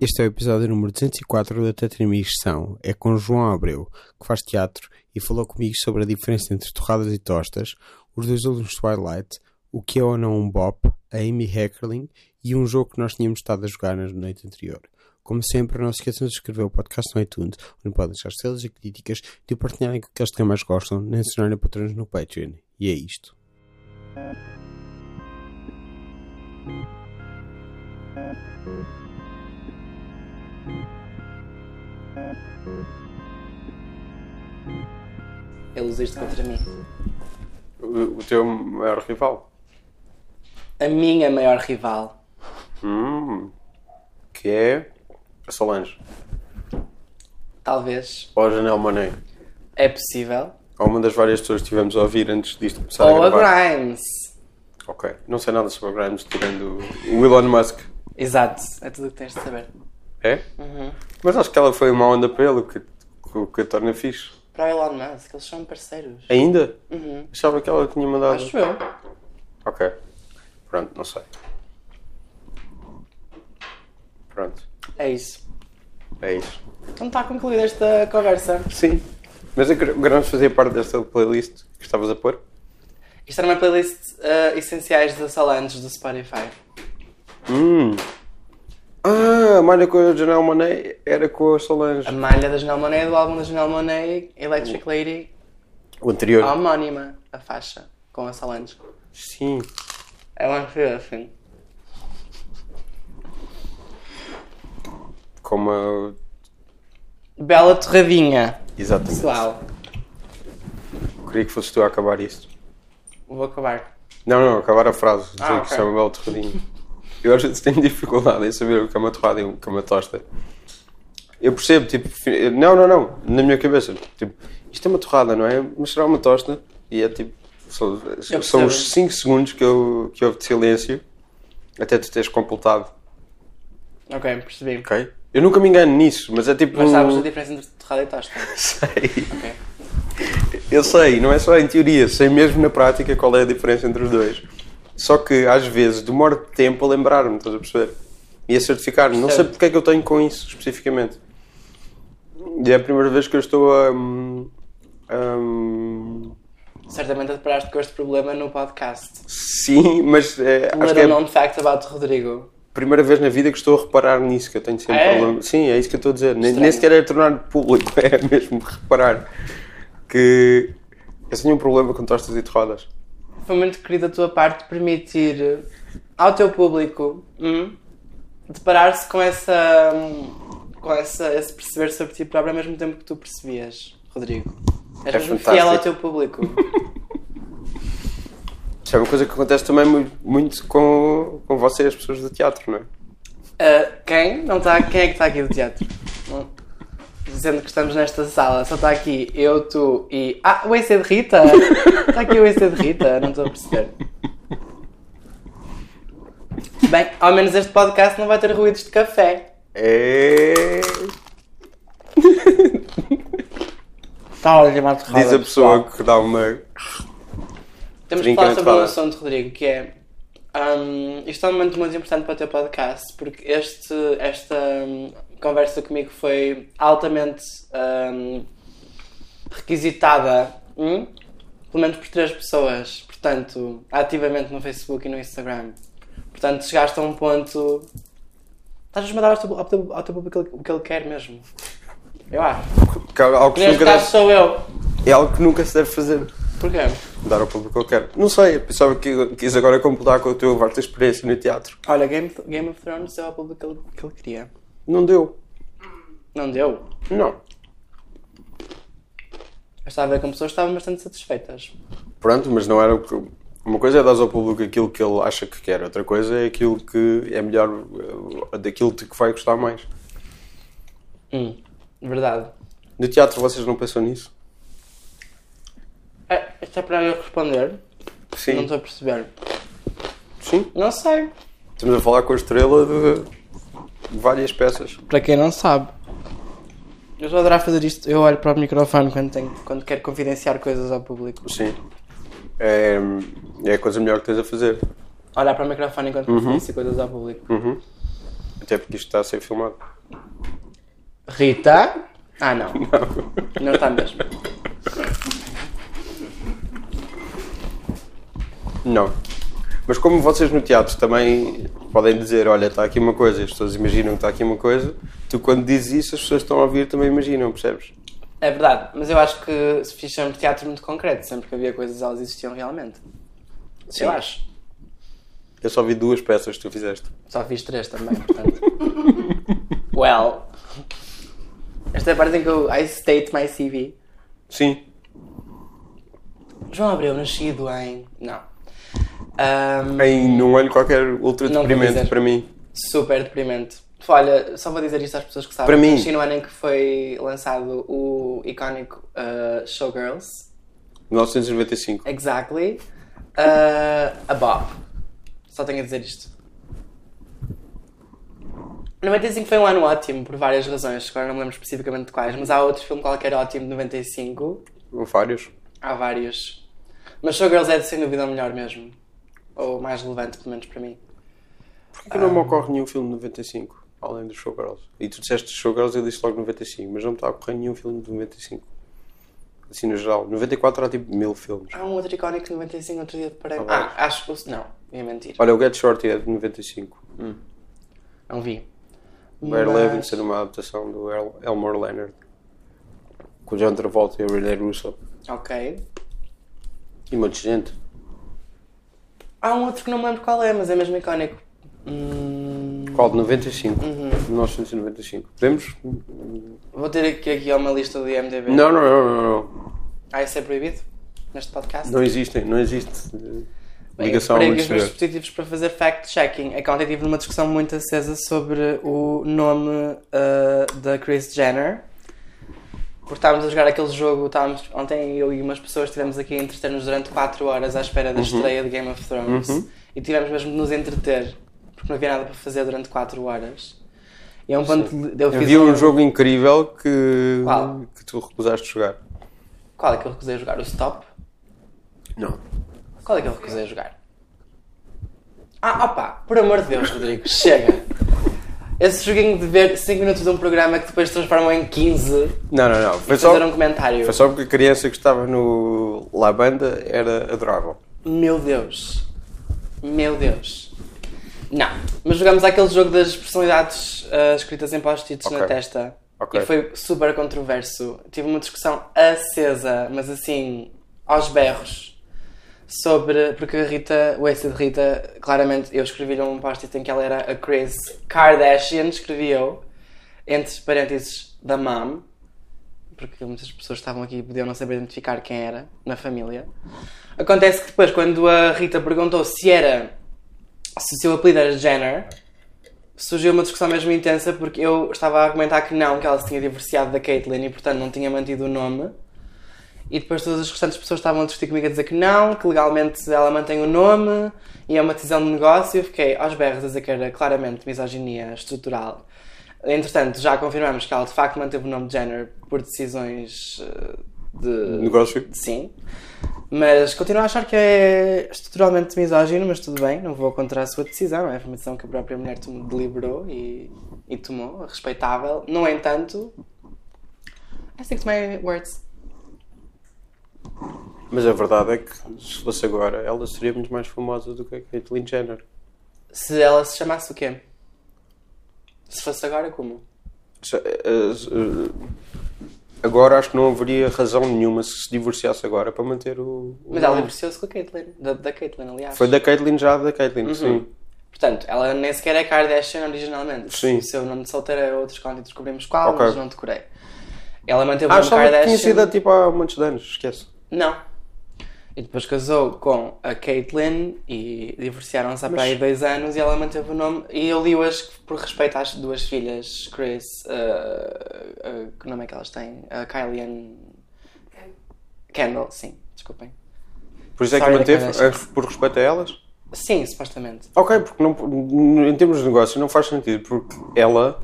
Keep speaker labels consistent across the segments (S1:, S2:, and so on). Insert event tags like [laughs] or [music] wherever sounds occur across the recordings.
S1: Este é o episódio número 204 da Tetrimigestão. É com João Abreu, que faz teatro e falou comigo sobre a diferença entre torradas e tostas, os dois últimos Twilight, o que é ou não um bop, a Amy Heckerling e um jogo que nós tínhamos estado a jogar na noite anterior. Como sempre, não se esqueçam de inscrever o podcast no iTunes, onde podem deixar estrelas e críticas, de o partilharem com aqueles que mais gostam, nem se tornarem patrões no Patreon. E é isto.
S2: Ele usa isto contra mim.
S3: O, o teu maior rival.
S2: A minha maior rival.
S3: Hum, que é a Solange.
S2: Talvez.
S3: Ou a Janelle Monet.
S2: É possível.
S3: Ou uma das várias pessoas que tivemos a ouvir antes disto começar
S2: Ou
S3: a
S2: a
S3: gravar.
S2: Grimes.
S3: Ok. Não sei nada sobre a Grimes, tirando o Elon Musk.
S2: Exato. É tudo o que tens de saber. Uhum.
S3: É? Mas acho que ela foi uma onda para ele, que, que, que a torna fixe.
S2: Para o Elon Musk, eles são parceiros.
S3: Ainda? Achava que ela tinha mandado.
S2: Acho eu.
S3: Ok. Pronto, não sei. Pronto.
S2: É isso.
S3: É isso.
S2: Então está concluída esta conversa.
S3: Sim. Mas a Gr- Grimes fazia parte desta playlist que estavas a pôr?
S2: Isto era uma playlist eh, essenciais da Solange do Spotify.
S3: Hum. Ah, a malha com a Janelle Monet era com a Solange.
S2: A malha da Janelle Monet do álbum da Janelle Monet, Electric Lady,
S3: O anterior.
S2: a homónima, a faixa, com a Solange.
S3: Sim.
S2: É uma coisa assim.
S3: Como a...
S2: Bela torradinha,
S3: Exatamente.
S2: pessoal.
S3: Queria que fosses tu a acabar isto.
S2: Vou acabar.
S3: Não, não, acabar a frase. Dizer
S2: Ah,
S3: que
S2: ok.
S3: isto é uma bela torradinha. Eu às vezes tenho dificuldade em saber o que é uma torrada e o que é uma tosta. Eu percebo, tipo... fi- Não, não, não. Na minha cabeça. Tipo, isto é uma torrada, não é? Mas será uma tosta? E é tipo... São, são
S2: percebo.
S3: os 5 segundos que, eu, que houve de silêncio até tu teres completado
S2: Ok, percebi.
S3: Ok. Eu nunca me engano nisso, mas é tipo.
S2: Mas sabes a diferença entre torrada e tosta?
S3: Sei.
S2: Ok.
S3: Eu sei, não é só em teoria, sei mesmo na prática qual é a diferença entre os dois. Só que às vezes demoro tempo a lembrar-me, estás a perceber? E a certificar-me. Não sei
S2: Percebo.
S3: porque é que eu tenho com isso especificamente. E é a primeira vez que eu estou a. hum, hum,
S2: Certamente deparaste com este problema no podcast.
S3: sim, mas é, acho que
S2: Little
S3: é
S2: known fact about Rodrigo.
S3: primeira vez na vida que estou a reparar nisso, que eu tenho sempre
S2: É?
S3: problema. Sim, é isso que eu estou a dizer. Nem,
S2: Estranho.
S3: nem sequer é tornar público, [laughs] é mesmo reparar que eu tenho um problema com tostas e torradas.
S2: Foi muito querido da tua parte permitir eh, ao teu público hum, deparar-se com essa. hum, com essa, esse perceber sobre ti próprio ao mesmo tempo que tu percebias, Rodrigo. És
S3: É
S2: mesmo
S3: fantástico.
S2: fiel ao teu
S3: [laughs]
S2: público.
S3: Isso é uma coisa que acontece também mu- muito com, com vocês, pessoas do teatro, não é?
S2: Uh, quem? Não tá, quem é que está aqui do teatro? Não. Dizendo que estamos nesta sala, só está aqui eu, tu e. Ah, o EC de
S3: [laughs]
S2: Rita! Está aqui o EC de Rita, não estou a perceber. Bem, ao menos este podcast não vai ter ruídos de café.
S3: É...
S2: Está a chamar de
S3: Diz a pessoa que dá uma.
S2: Temos de falar
S3: Trinca na
S2: sobre um
S3: entrada.
S2: assunto, Rodrigo, que é. hum, isto é um momento muito importante para o teu podcast, porque este, esta hum, conversa comigo foi altamente hum, requisitada, hum, pelo menos por três pessoas, portanto, ativamente no Facebook e no Instagram. Portanto, chegaste a um ponto. Estás a mandar ao teu, ao teu- ao teu público o que ele quer mesmo. Eu acho.
S3: que é algo que,
S2: Neste
S3: nunca
S2: caso
S3: deve,
S2: sou eu.
S3: é algo que nunca se deve fazer.
S2: Porquê?
S3: Dar ao público o que eu quero. Não sei, eu pensava que quis agora completar com a tua vasta experiência no teatro.
S2: Olha, Game, Game of Thrones deu ao público que ele- que ele queria.
S3: Não deu.
S2: Não deu.
S3: Não.
S2: Eu estava a ver que as pessoas estavam bastante satisfeitas.
S3: Pronto, mas não era o que. Uma coisa é dar ao público aquilo que ele acha que quer, outra coisa é aquilo que é melhor, eh, daquilo de que vai gostar mais.
S2: Hum, verdade.
S3: No teatro vocês não pensam nisso?
S2: É, isto é para eu responder? Não
S3: Sim.
S2: estou a perceber.
S3: Sim.
S2: Não sei.
S3: Estamos a falar com a estrela de, várias peças.
S2: Para quem não sabe, eu estou a adorar fazer isto. Eu olho para o microfone quando, tenho, quando quero confidenciar coisas ao público.
S3: Sim. É, é a coisa melhor que tens a fazer.
S2: Olhar para o microfone enquanto confidencio coisas ao público.
S3: Uhum. Até porque isto está a ser filmado.
S2: Rita? Ah, não. [laughs] Não está mesmo.
S3: Não. Mas como vocês no teatro também podem dizer, olha, está aqui uma coisa, as pessoas imaginam que está aqui uma coisa, tu quando dizes isso as pessoas que estão a ouvir também imaginam, percebes?
S2: É verdade, mas eu acho que se fiz sempre teatro muito concreto, sempre que havia coisas elas existiam realmente. Eu acho.
S3: Eu só vi duas peças que tu fizeste.
S2: Só fiz três também, [laughs] portanto. well. Esta é a parte em que eu I state my CV.
S3: Sim.
S2: João Abreu, nascido em. Não. Ahm,
S3: Em num ano qualquer ultra
S2: Não vou
S3: deprimente
S2: dizer.
S3: para mim.
S2: super deprimente. Olha, só vou dizer isto às pessoas que sabem.
S3: Para mim.
S2: Nasci no ano em que foi lançado o icónico ah, Showgirls.
S3: 1995.
S2: Exactly. Uh, a Bob. Só tenho a dizer isto. 95 foi um ano ótimo por várias razões, agora não me lembro especificamente de quais, mas há outro filme qualquer ótimo de 95.
S3: Vários.
S2: Há vários. Mas Showgirls é sem dúvida o melhor mesmo. Ou o mais relevante, pelo menos para mim.
S3: Porquê que não me ocorre nenhum filme de 95? Além do Showgirls. E tu disseste Showgirls eu disse logo 95, mas não me está a ocorrer nenhum filme de 95. Assim no geral. 94 há tipo mil filmes.
S2: Há um outro icónico de 95, outro dia parei.
S3: Há vários.
S2: Ah, acho que. o- Não, ia mentir.
S3: Olha, o Get Shorty é de 95.
S2: Não vi.
S3: O Air
S2: Mas-
S3: Levinson, uma adaptação do El Elmore Leonard. Com o John Travolta e a Renee Russo.
S2: Ok.
S3: E um monte de gente.
S2: Há um outro que não me lembro qual é, mas é mesmo icónico. Hum...
S3: Qual de 95?
S2: Uhum.
S3: 1995. Podemos?
S2: Vou ter aqui, aqui uma lista do IMDB.
S3: Não, não, não, não, não.
S2: Ah, isso é proibido? Neste podcast?
S3: Não existem, não existe eh,
S2: Bem,
S3: ligação ao
S2: eu os meus
S3: exterior.
S2: dispositivos para fazer fact-checking. É que ontem tive numa discussão muito acesa sobre o nome ah, da Chris Jenner. Porque estávamos a jogar aquele jogo, estávamos, ontem eu e umas pessoas estivemos aqui a entreter-nos durante 4 horas à espera da
S3: Uhum.
S2: estreia de Game of Thrones. E tivemos mesmo de nos entreter, porque não havia nada para fazer durante 4 horas. E é um ponto de eu fiz
S3: Havia um jogo incrível que,
S2: Qual?
S3: que tu recusaste jogar.
S2: Qual é que eu recusei jogar? O Stop?
S3: Não.
S2: Qual é que eu recusei jogar? Ah, opá, por amor de Deus, Rodrigo, chega! Esse joguinho de ver 5 minutos de um programa que depois se transformam em 15
S3: Não, não, não. Foi
S2: e
S3: só,
S2: fazer um comentário.
S3: foi só porque a criança que estava no La Banda era adorável.
S2: Meu Deus! Meu Deus! Não, mas jogámos aquele jogo das personalidades ah, escritas em post-its na
S3: Ok.
S2: testa.
S3: Ok.
S2: E foi super controverso. Tive uma discussão acesa, mas assim, aos berros. Sobre. Porque a Rita, o ex de Rita, claramente eu escrevi-lhe um post-it em que ela era a Chris Kardashian, escrevi eu, entre parênteses, da mom, porque muitas pessoas estavam aqui e podiam não saber identificar quem era na família. Acontece que depois, quando a Rita perguntou se era. se o seu apelido era Jenner, surgiu uma discussão mesmo intensa porque eu estava a argumentar que não, que ela se tinha divorciado da Caitlyn e portanto não tinha mantido o nome. E depois todas as restantes pessoas estavam a discutir comigo a dizer que não, que legalmente ela mantém o nome e é uma decisão de negócio. Eu fiquei aos berros a dizer que era claramente misoginia estrutural. Entretanto, já confirmamos que ela de facto manteve o nome de Jenner por decisões eh, de.
S3: Negócio?
S2: Sim. Mas continuo a achar que é estruturalmente misógino, mas tudo bem, não vou contra a sua decisão. É a informação que a própria mulher tom- deliberou e, e tomou, respeitável. No entanto, I think my words.
S3: Mas a verdade é que se fosse agora, ela seria muito mais famosa do que a Caitlyn Jenner.
S2: Se ela se chamasse o quê? Se fosse agora, como?
S3: Se- eh, se- eh, Agora acho que não haveria razão nenhuma se se divorciasse agora para manter o. o
S2: Mas ela é
S3: nome.
S2: divorciou-se com a Caitlyn, da, da Caitlyn, aliás.
S3: Foi da Caitlyn já, da Caitlyn,
S2: Uhum.
S3: sim.
S2: Portanto, ela nem sequer é Kardashian originalmente.
S3: Sim.
S2: O seu nome de solteira era outro, quando descobrimos qual,
S3: Ok.
S2: mas não decorei. Ela manteve o
S3: Ah,
S2: nome
S3: achava que tinha
S2: Kardashian.
S3: sido há, tipo há muitos anos, esquece.
S2: Não. E depois casou com a Caitlyn e divorciaram-se há para aí dois anos e ela manteve o nome. E eu li hoje que, por respeito às duas filhas, Chris, eh, eh, que nome é que elas têm? A Kylie and Kendall, sim, desculpem.
S3: Por isso é que
S2: Sorry,
S3: é manteve,
S2: Kardashian.
S3: eh, por respeito a elas.
S2: Sim, supostamente.
S3: Ok, porque não, n- em termos de negócio não faz sentido, porque ela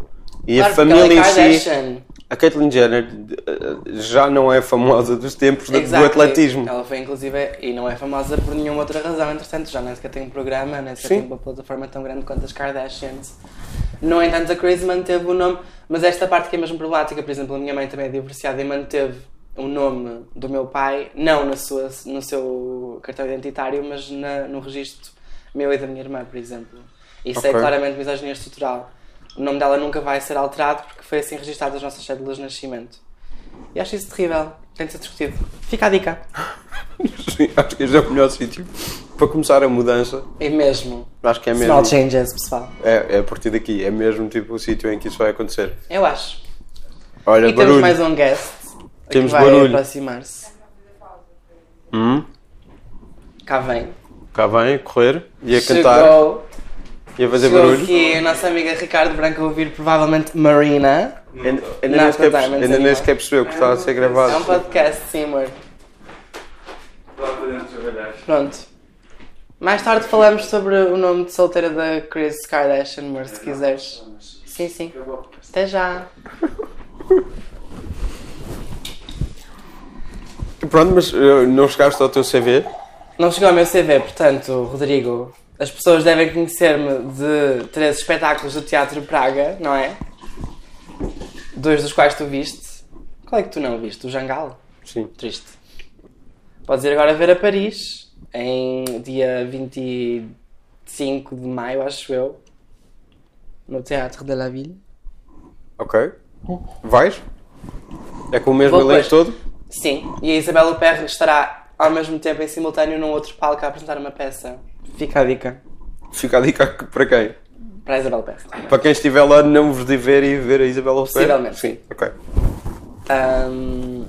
S3: e a
S2: Claro, porque
S3: família
S2: ela é
S3: em si,
S2: Kardashian.
S3: a Caitlyn Jenner eh, já não é famosa dos tempos da- do
S2: Exactly.
S3: atletismo.
S2: Ela foi inclusive e não é famosa por nenhuma outra razão, entretanto, já nem sequer tem um programa, nem sequer
S3: Sim.
S2: tem uma plataforma tão grande quanto as Kardashians. No entanto, a Chris manteve o nome, mas esta parte que é mesmo problemática, por exemplo, a minha mãe também é divorciada e manteve o nome do meu pai, não na sua, no seu cartão identitário, mas na- no registro meu e da minha irmã, por exemplo. Isso é
S3: Ok.
S2: claramente misoginia estrutural. O nome dela nunca vai ser alterado porque foi assim registado as nossas cédulas de nascimento. E acho isso terrível. Tem de ser discutido. Fica a dica.
S3: [laughs] Sim, acho que este é o melhor sítio para começar a mudança.
S2: É mesmo.
S3: Acho que é mesmo.
S2: Small changes, pessoal.
S3: É, é a partir daqui, é mesmo tipo o sítio em que isso vai acontecer.
S2: Eu acho.
S3: Olha,
S2: E temos
S3: É barulho.
S2: mais um guest.
S3: Temos
S2: que vai
S3: barulho.
S2: aproximar-se.
S3: Hum,
S2: Cá vem.
S3: cá vem, a correr, e a
S2: Chegou,
S3: cantar, e a fazer
S2: chegou
S3: barulho.
S2: aqui a nossa amiga Ricardo Branco a ouvir provavelmente Marina.
S3: Ainda- Ainda
S2: Não,
S3: nem
S2: tá,
S3: sequer perce-
S2: mas
S3: ainda
S2: animal.
S3: nem sequer percebeu que estava a ser
S2: É um
S3: gravado.
S2: podcast, sim, amor. Pronto. Mais tarde falamos sobre o nome de solteira da Chris Kardashian, amor,
S3: É,
S2: se quiseres. Sim, sim. Até já.
S3: Pronto, mas eh, não chegaste ao teu CV?
S2: Não chegou ao meu CV, portanto, Rodrigo, as pessoas devem conhecer-me de três espetáculos do Teatro Praga, não é? Dois dos quais tu viste. Qual é que tu não viste? O Jangal?
S3: Sim.
S2: Triste. Podes ir agora ver a Paris, em dia 25 de maio, acho eu, no Teatro de la Ville.
S3: Ok. Vais? É com o mesmo
S2: Vou
S3: elenco todo?
S2: Sim, e a Isabela Perre estará ao mesmo tempo em simultâneo num outro palco a apresentar uma peça. Fica a dica.
S3: Fica a dica [laughs] para quem?
S2: Para a Isabela Perre.
S3: Para quem estiver lá não vos de ver e ver a Isabela Ferreira?
S2: Possivelmente.
S3: Sim, ok.
S2: Ahm,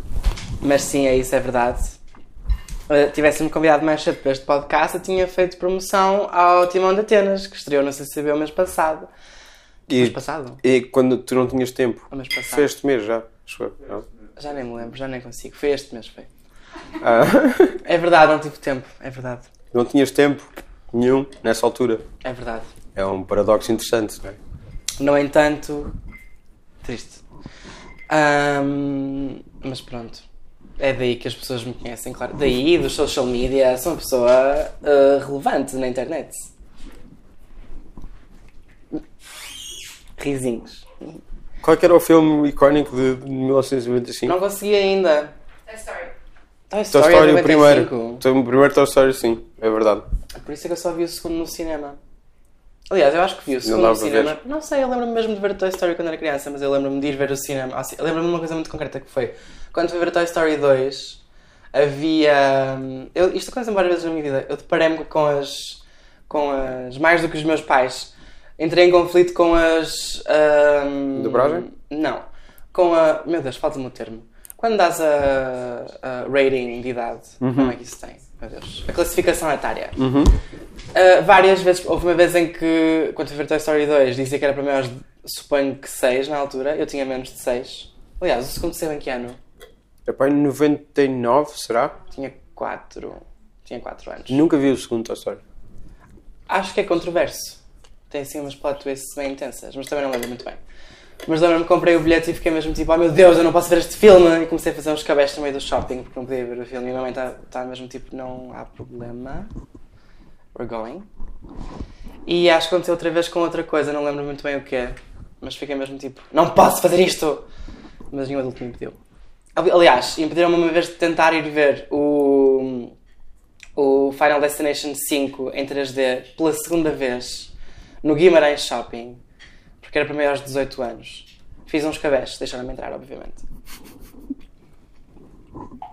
S2: mas sim, é isso, é verdade. Uh, Tivesse-me convidado mais cedo para este podcast, eu tinha feito promoção ao Timão de Atenas, que estreou no CCB o mês passado. Mês
S3: E,
S2: passado?
S3: e quando tu não tinhas tempo?
S2: O mês passado.
S3: Foi este mês já, acho eu. não?
S2: Já nem me lembro, já nem consigo. Foi este mês, foi.
S3: Ah, [laughs]
S2: É verdade, não tive tempo. É verdade.
S3: não tinhas tempo nenhum nessa altura.
S2: É verdade.
S3: É um paradoxo interessante, não é?
S2: No entanto, triste. Ahm, mas pronto. É daí que as pessoas me conhecem, claro. Daí, dos social media, sou uma pessoa ah, relevante na internet. Risinhos.
S3: Qual é que era o filme icónico de de 1995?
S2: Não consegui ainda.
S4: Toy Story.
S2: Toy
S3: Toy
S2: Story, é
S3: Story, o
S2: 95.
S3: primeiro. O primeiro Toy Story, sim, é verdade.
S2: Por isso é que eu só vi o segundo no cinema. Aliás, eu acho que vi o segundo
S3: dava
S2: no
S3: para
S2: cinema.
S3: ver.
S2: Não sei, eu lembro-me mesmo de ver Toy Story quando era criança, mas eu lembro-me de ir ver o cinema. ao ci- Eu lembro-me de uma coisa muito concreta que foi quando fui ver Toy Story 2, havia. hum, Eu, isto aconteceu várias vezes na minha vida. Eu deparei-me com as. com as. mais do que os meus pais. Entrei em conflito com as. hum,
S3: Dobragem?
S2: Não. Com a. Meu Deus, falta-me o termo. Quando dás a, a rating de idade,
S3: Uhum.
S2: como é que isso tem? Meu Deus. A classificação etária. Uh, várias vezes, houve uma vez em que, quando fui ver Toy Story 2, dizia que era para maiores, de- suponho que 6 na altura, eu tinha menos de 6. Aliás, o segundo saiu em que ano?
S3: É pá, em 99, será?
S2: Tinha 4. Tinha 4 anos.
S3: Nunca vi o segundo Toy Story.
S2: Acho que é controverso. Tem assim umas plot twists bem intensas, mas também não lembro muito bem. Mas lembro-me que comprei o bilhete e fiquei mesmo tipo, oh meu Deus, eu não posso ver este filme! E comecei a fazer uns cabestos no meio do shopping porque não podia ver o filme. E a minha mãe está tá mesmo tipo, não há problema. We're going. E acho que aconteceu outra vez com outra coisa, não lembro muito bem o que é. Mas fiquei mesmo tipo, não posso fazer isto! Mas nenhum adulto me impediu. Ali- Aliás, impediram-me uma vez de tentar ir ver o o Final Destination 5 em 3D pela segunda vez no Guimarães Shopping, porque era para maiores de 18 anos. Fiz uns cabestes, deixaram-me entrar, obviamente.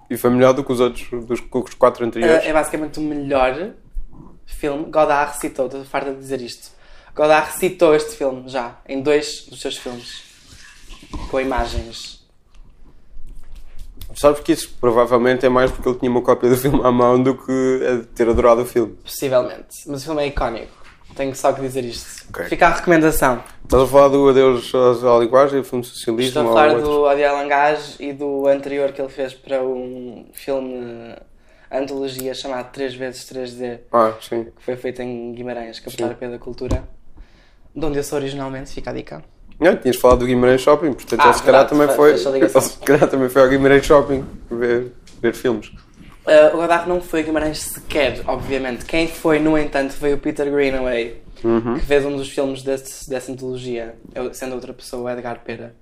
S3: E foi melhor do que os outros, dos que os quatro anteriores.
S2: É, é basicamente o melhor filme. Godard recitou, estou farta de dizer isto. Godard recitou este filme já, em dois dos seus filmes, com imagens.
S3: Sabes que isso provavelmente é mais porque ele tinha uma cópia do filme à mão do que a de ter adorado o filme.
S2: Possivelmente. Mas o filme é icónico. Tenho só que dizer isto.
S3: Ok.
S2: Fica a recomendação.
S3: Estás a falar do Adeus à à Linguagem, o filme Socialismo
S2: Estou a
S3: ou
S2: falar
S3: outro?
S2: do Odiar Langage e do anterior que ele fez para um filme a antologia chamada 3x3D,
S3: Ah, sim.
S2: que foi feita em Guimarães, capital europeia da cultura, de onde eu sou originalmente, fica a dica.
S3: Não, tinhas falado do Guimarães Shopping, portanto,
S2: Ah,
S3: ele se calhar
S2: verdade,
S3: também
S2: fa-
S3: foi.
S2: faz a ligação.
S3: [laughs] ele Se calhar também foi ao Guimarães Shopping ver, ver filmes.
S2: Uh, o Godard não foi a Guimarães sequer, obviamente. Quem foi, no entanto, foi o Peter Greenaway, que fez um dos filmes desse, dessa antologia, eu- sendo outra pessoa, o Edgar Pera.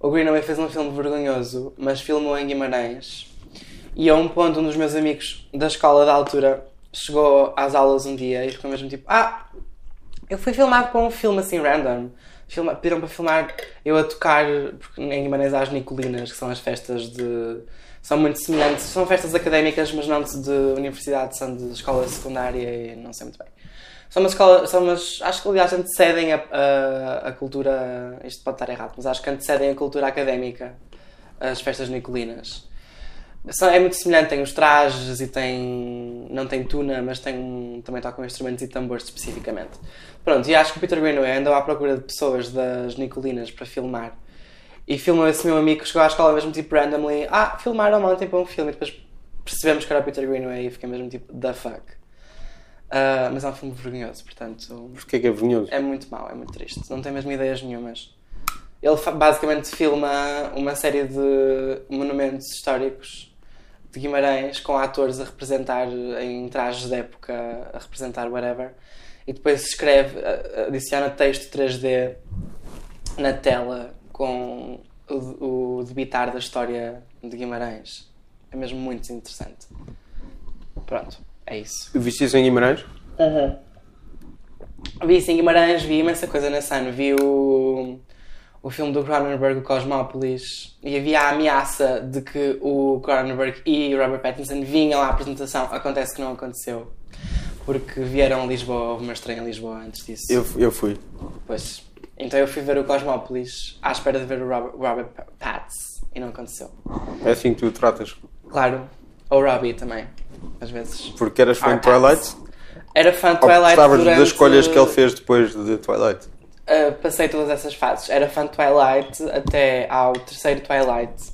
S2: O Greenaway fez um filme vergonhoso, mas filmou em Guimarães. E a um ponto, um dos meus amigos da escola da altura chegou às aulas um dia e ficou mesmo tipo: Ah, eu fui filmado para um filme assim random. Filma, pediram para filmar eu a tocar, porque em Guimarães há as Nicolinas, que são as festas de. são muito semelhantes, são festas académicas, mas não de de universidade, são de escola secundária e não sei muito bem. São umas escolas, são umas, acho que aliás antecedem a, a, a cultura, isto pode estar errado, mas acho que antecedem a cultura académica, as festas nicolinas. São- É muito semelhante, tem os trajes e tem. não tem tuna, mas tem um- também tocam instrumentos e tambores especificamente. Pronto, e acho que o Peter Greenaway andou à procura de pessoas das Nicolinas para filmar. E filmou esse meu amigo que chegou à escola mesmo tipo randomly. Ah, filmaram ontem para um filme e depois percebemos que era o Peter Greenaway e fiquei mesmo tipo, the fuck. Ah, mas é um filme vergonhoso, portanto.
S3: Porquê que é vergonhoso?
S2: É muito mau, é muito triste. Não tem mesmo ideias nenhumas. Ele fa- basicamente filma uma série de monumentos históricos de Guimarães com atores a representar em trajes de época, a representar whatever. E depois escreve, a- a- adiciona texto 3D na tela com o, o debitar da história de Guimarães. É mesmo muito interessante. Pronto, é isso.
S3: Viste isso em Guimarães?
S2: Vi isso em Guimarães, vi imensa coisa nesse ano. Vi o, o filme do Cronenberg, o Cosmópolis, e havia a ameaça de que o Cronenberg e o Robert Pattinson vinham à apresentação. Acontece que não aconteceu, porque vieram a Lisboa, houve uma estreia em Lisboa antes disso.
S3: Eu, eu fui.
S2: Pois. Então eu fui ver o Cosmópolis à espera de ver o Robert, Robert Pattinson e não aconteceu.
S3: É assim que tu o tratas.
S2: Claro, ou Robbie também, às vezes.
S3: Porque eras fã
S2: Ah,
S3: de Twilight?
S2: Era fã de
S3: Ou
S2: Twilight
S3: gostavas
S2: durante...
S3: das escolhas que ele fez depois de Twilight?
S2: Uh, passei todas essas fases. Era fã de Twilight até ao terceiro Twilight.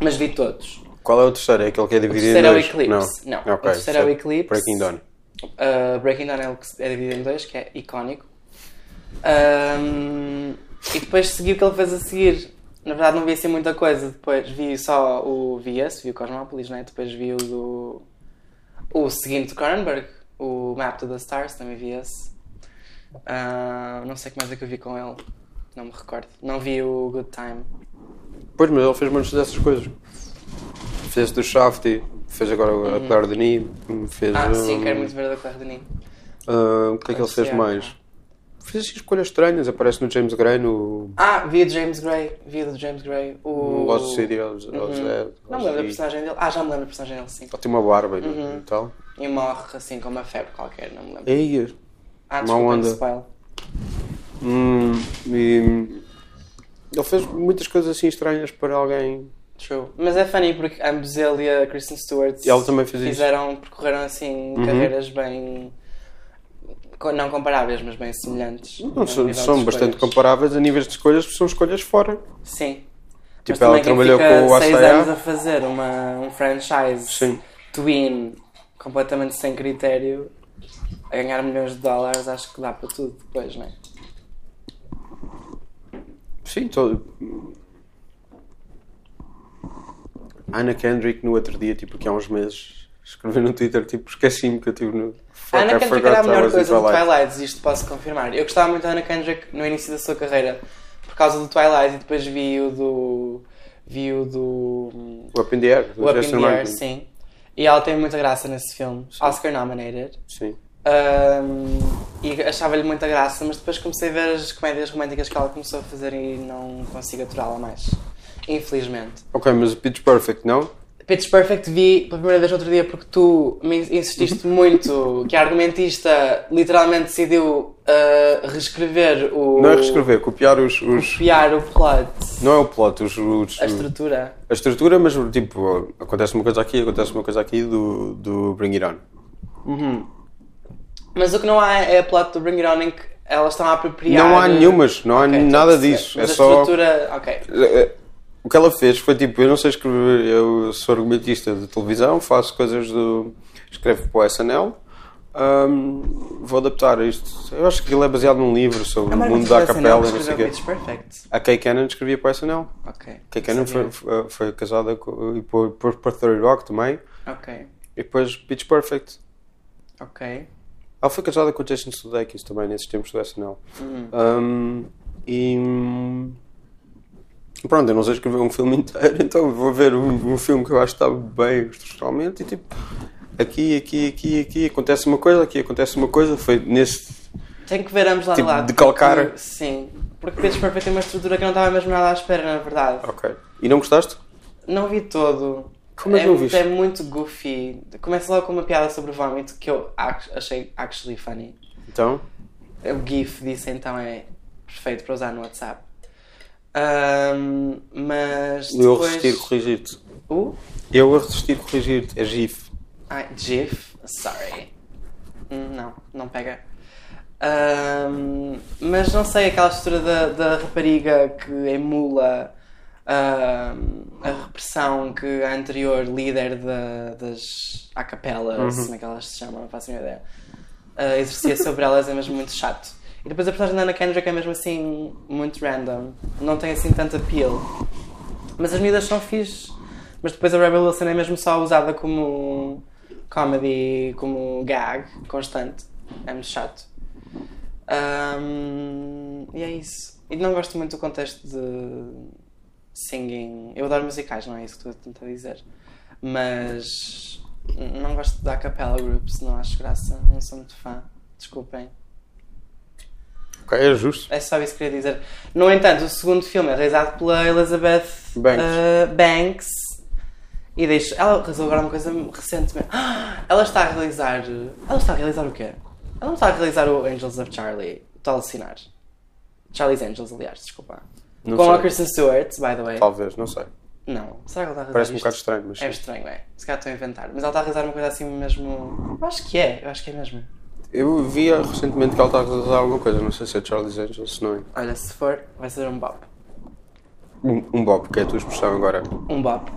S2: Mas vi todos.
S3: Qual é o terceiro? É aquele que é dividido em
S2: terceiro é o
S3: dois?
S2: Eclipse. Não, o
S3: Ok,
S2: terceiro é o
S3: certo.
S2: Eclipse.
S3: Breaking Dawn.
S2: Uh, Breaking Dawn é o que é dividido em dois, que é icónico. Um, e depois segui o que ele fez a seguir. Na verdade não vi assim muita coisa. Depois vi só o vi esse, vi o Cosmopolis, né? depois vi o do. O seguinte de Cronenberg, o Map to the Stars, também vi esse. Ah, não sei o que mais é que eu vi com ele. Não me recordo. Não vi o Good Time.
S3: Pois, mas ele fez muitas dessas coisas. Fez do Shafty, fez agora a Claire Denis, fez.
S2: Uhum. Ah, sim,
S3: hum,
S2: quero muito ver a da Claire Denis.
S3: ah, o que é que ele fez
S2: Sim,
S3: mais? Fez assim escolhas estranhas, aparece no James Gray, no
S2: Ah, vi o James Gray, vi o do James Gray. O... Uhum.
S3: Lost City of of Dead.
S2: Não me lembro da
S3: Lost City.
S2: personagem dele. Ah, já me lembro da personagem dele, sim.
S3: Ele tem uma barba e-
S2: Uhum.
S3: e tal. É
S2: E morre assim com uma febre qualquer, não me lembro.
S3: Ei,
S2: Ah,
S3: uma
S2: desculpa,
S3: onda.
S2: de spoiler.
S3: hum, e- ele fez muitas coisas assim estranhas para alguém.
S2: True. Mas é funny porque ambos ele e a Kristen Stewart
S3: E ela também fez isso. Uhum.
S2: fizeram, percorreram assim carreiras bem. co- não comparáveis, mas bem semelhantes.
S3: Não,
S2: a
S3: são,
S2: nível de
S3: são bastante
S2: escolhas.
S3: comparáveis a níveis de escolhas, porque são escolhas fora.
S2: Sim.
S3: Tipo,
S2: Mas também
S3: ela
S2: quem
S3: trabalhou
S2: fica
S3: com o
S2: seis
S3: ACA.
S2: anos a fazer uma, um franchise
S3: Sim.
S2: twin completamente sem critério a ganhar milhões de dólares, acho que dá para tudo depois, não é?
S3: Sim, todo. Ana Kendrick no outro dia, tipo, que há uns meses, escreveu no Twitter, tipo, esqueci-me que eu tive no. Fuck,
S2: A Ana
S3: I
S2: Kendrick
S3: forgot
S2: era a
S3: I
S2: melhor
S3: was in
S2: coisa do
S3: Twilight.
S2: Twilight, isto posso confirmar. Eu gostava muito da Ana Kendrick no início da sua carreira por causa do Twilight e depois vi o do. vi o do. hum,
S3: O Up in the Air, do
S2: O Up in
S3: Jason
S2: the Air,
S3: Rankin.
S2: sim. E ela tem muita graça nesse filme. Oscar nominated.
S3: Sim.
S2: Ahm, e achava-lhe muita graça, mas depois comecei a ver as comédias românticas que ela começou a fazer e não consigo aturá-la mais. Infelizmente.
S3: Ok, mas o Pitch Perfect, não?
S2: Pitch Perfect vi pela primeira vez no outro dia porque tu me insististe
S3: Uhum.
S2: muito que a argumentista literalmente decidiu ah, reescrever o.
S3: Não é reescrever, copiar os. os-
S2: Copiar o plot,
S3: Não é o plot, os, os-
S2: a estrutura.
S3: a estrutura, mas tipo, acontece uma coisa aqui, acontece uma coisa aqui do, do Bring It On.
S2: Mas o que não há é a plot do Bring It On em que elas estão a apropriar.
S3: Não há nenhumas, não há
S2: Ok, estou a
S3: nada
S2: perceber.
S3: disso.
S2: Mas
S3: é
S2: a
S3: só.
S2: estrutura. Ok.
S3: É- O que ela fez foi tipo, eu não sei escrever, eu sou argumentista de televisão, faço coisas do. escrevo para o SNL. hum, vou adaptar isto. Eu acho que ele é baseado num livro sobre o mundo da capela e não sei o quê.
S2: It's perfect.
S3: A Kay Cannon escrevia para o é SNL.
S2: Ok.
S3: Kay Cannon
S2: Sabia.
S3: foi, foi, foi casada com, e por, por, por 30 Rock também.
S2: Ok.
S3: E depois Pitch Perfect.
S2: Ok.
S3: Ela Ah, foi casada com o Jason Sudeikis também, nesses tempos do SNL.
S2: Hum.
S3: Um, e. hum, Pronto, eu não sei escrever um filme inteiro, [laughs] então vou ver um, um filme que eu acho que está bem estruturalmente e tipo. Aqui, aqui, aqui, aqui acontece uma coisa, aqui acontece uma coisa. Foi nesse.
S2: Tenho que ver ambos lá
S3: Tipo,
S2: do lado.
S3: de calcar.
S2: porque- Sim. Porque Pitch Perfect tem uma estrutura que eu não estava mesmo nada à espera, na verdade.
S3: Ok. E não gostaste?
S2: Não vi todo.
S3: Como é que não
S2: muito-
S3: viste?
S2: É muito goofy. Começa logo com uma piada sobre vómito que eu ac- achei actually funny.
S3: Então.
S2: O GIF disso então é perfeito para usar no WhatsApp. Ahm, mas
S3: Eu a
S2: depois...
S3: resistir, corrigir-te.
S2: O?
S3: Eu a resistir, corrigir-te. É GIF.
S2: Ah, GIF? Sorry. Hum, Não, não pega. Ahm, mas não sei, aquela história da, da rapariga que emula ahm, a repressão que a anterior líder da, das acapelas, como é que elas se chamam, não faço a minha ideia, ah, exercia sobre elas é mesmo muito chato. E depois a personagem da Anna Kendrick é mesmo assim muito random, não tem assim tanto appeal. Mas as medidas são fixe. Mas depois a Rebel Wilson é mesmo só usada como comedy, como um gag constante. É muito chato. Ahm, e é isso. E não gosto muito do contexto de singing. Eu adoro musicais, não é isso que estou a tentar dizer. Mas não gosto da capella groups, não acho graça, não sou muito fã. Desculpem.
S3: Ok, é justo.
S2: É só isso que eu queria dizer. No entanto, o segundo filme é realizado pela Elizabeth
S3: Banks.
S2: eh, Banks. E deixa. Ela realizou agora uma coisa recentemente. [gasps] Ah, Ela está a realizar. Ela está a realizar o quê? Ela não está a realizar o Angels of Charlie. Estou a alucinar. Charlie's Angels, aliás, desculpa.
S3: Não
S2: Com
S3: sei.
S2: a Kristen Stewart, by the way.
S3: Talvez, não sei.
S2: Não. Será que ela está a realizar
S3: Parece um
S2: isto?
S3: bocado estranho, mas.
S2: É estranho, é. Se calhar estou a inventar. Mas ela está a realizar uma coisa assim mesmo. Eu acho que é. Eu acho que é mesmo.
S3: Eu vi recentemente que ela está a realizar alguma coisa, não sei se é Charlie's Angels, se não é.
S2: Olha, se for, vai ser um bop.
S3: Um, um bob, que é a tua expressão agora.
S2: Um bop.